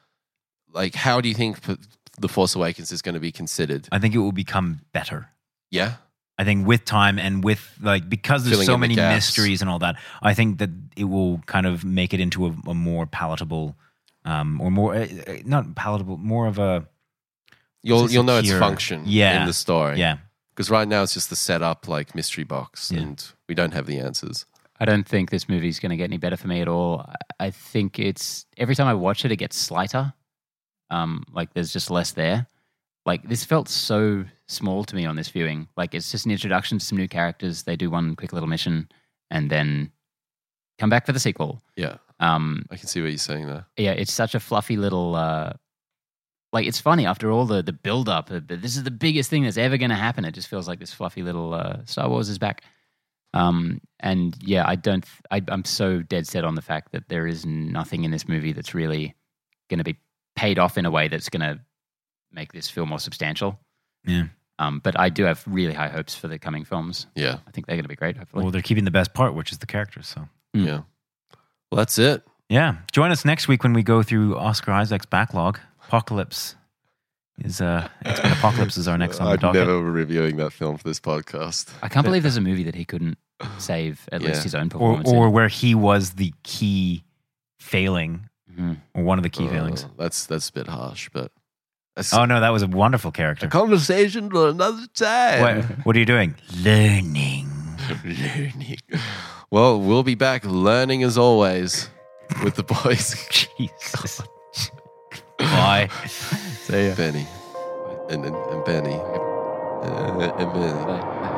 Speaker 1: like how do you think p- the Force Awakens is going to be considered?
Speaker 2: I think it will become better.
Speaker 1: Yeah.
Speaker 2: I think with time and with like because there's
Speaker 1: Filling
Speaker 2: so
Speaker 1: in the
Speaker 2: many
Speaker 1: gaps.
Speaker 2: mysteries and all that, I think that it will kind of make it into a, a more palatable, um, or more uh, uh, not palatable, more of a
Speaker 1: You'll
Speaker 2: It's a
Speaker 1: you'll know its
Speaker 2: secure-
Speaker 1: function
Speaker 2: Yeah.
Speaker 1: in the story.
Speaker 2: yeah.
Speaker 1: Because right now it's just the setup like mystery box
Speaker 2: Yeah.
Speaker 1: and we don't have the answers.
Speaker 3: I don't think this movie's going to get any better for me at all. I- I think it's every time I watch it, it gets slighter. Um, like there's just less there. Like this felt so small to me on this viewing. Like it's just an introduction to some new characters. They do one quick little mission and then come back for the sequel.
Speaker 1: Yeah.
Speaker 3: Um,
Speaker 1: I can see what you're saying there.
Speaker 3: yeah, it's such a fluffy little. Uh, like it's funny after all the the build up. uh, This is the biggest thing that's ever going to happen. It just feels like this fluffy little uh, Star Wars is back. Um, and yeah, I don't. I, I'm so dead set on the fact that there is nothing in this movie that's really going to be paid off in a way that's going to make this feel more substantial.
Speaker 2: Yeah.
Speaker 3: Um, but I do have really high hopes for the coming films.
Speaker 1: Yeah.
Speaker 3: I think they're going to be great. Hopefully.
Speaker 2: Well, they're keeping the best part, which is the characters. So
Speaker 3: Mm.
Speaker 1: Yeah. Well, that's it.
Speaker 2: yeah, join us next week when we go through Oscar Isaac's backlog. Apocalypse is uh, it's been Apocalypse is our next on the
Speaker 1: I'm
Speaker 2: docket.
Speaker 1: never reviewing that film for this podcast.
Speaker 3: I can't believe there's a movie that he couldn't save at
Speaker 1: Yeah.
Speaker 3: least his own
Speaker 2: or
Speaker 3: performance.
Speaker 2: or where he was the key failing
Speaker 3: in. Mhm.
Speaker 2: or one of the key failings.
Speaker 1: Uh, that's that's a bit harsh, but that's
Speaker 2: Oh no, that was a wonderful
Speaker 1: a
Speaker 2: character.
Speaker 1: conversation for another time.
Speaker 2: What, what are you doing? Learning.
Speaker 1: learning. Well, we'll be back learning as always with the boys,
Speaker 2: Jesus. Bye.
Speaker 1: Benny, Uh, and and, and Benny, and, and Benny.
Speaker 3: Bye. Bye.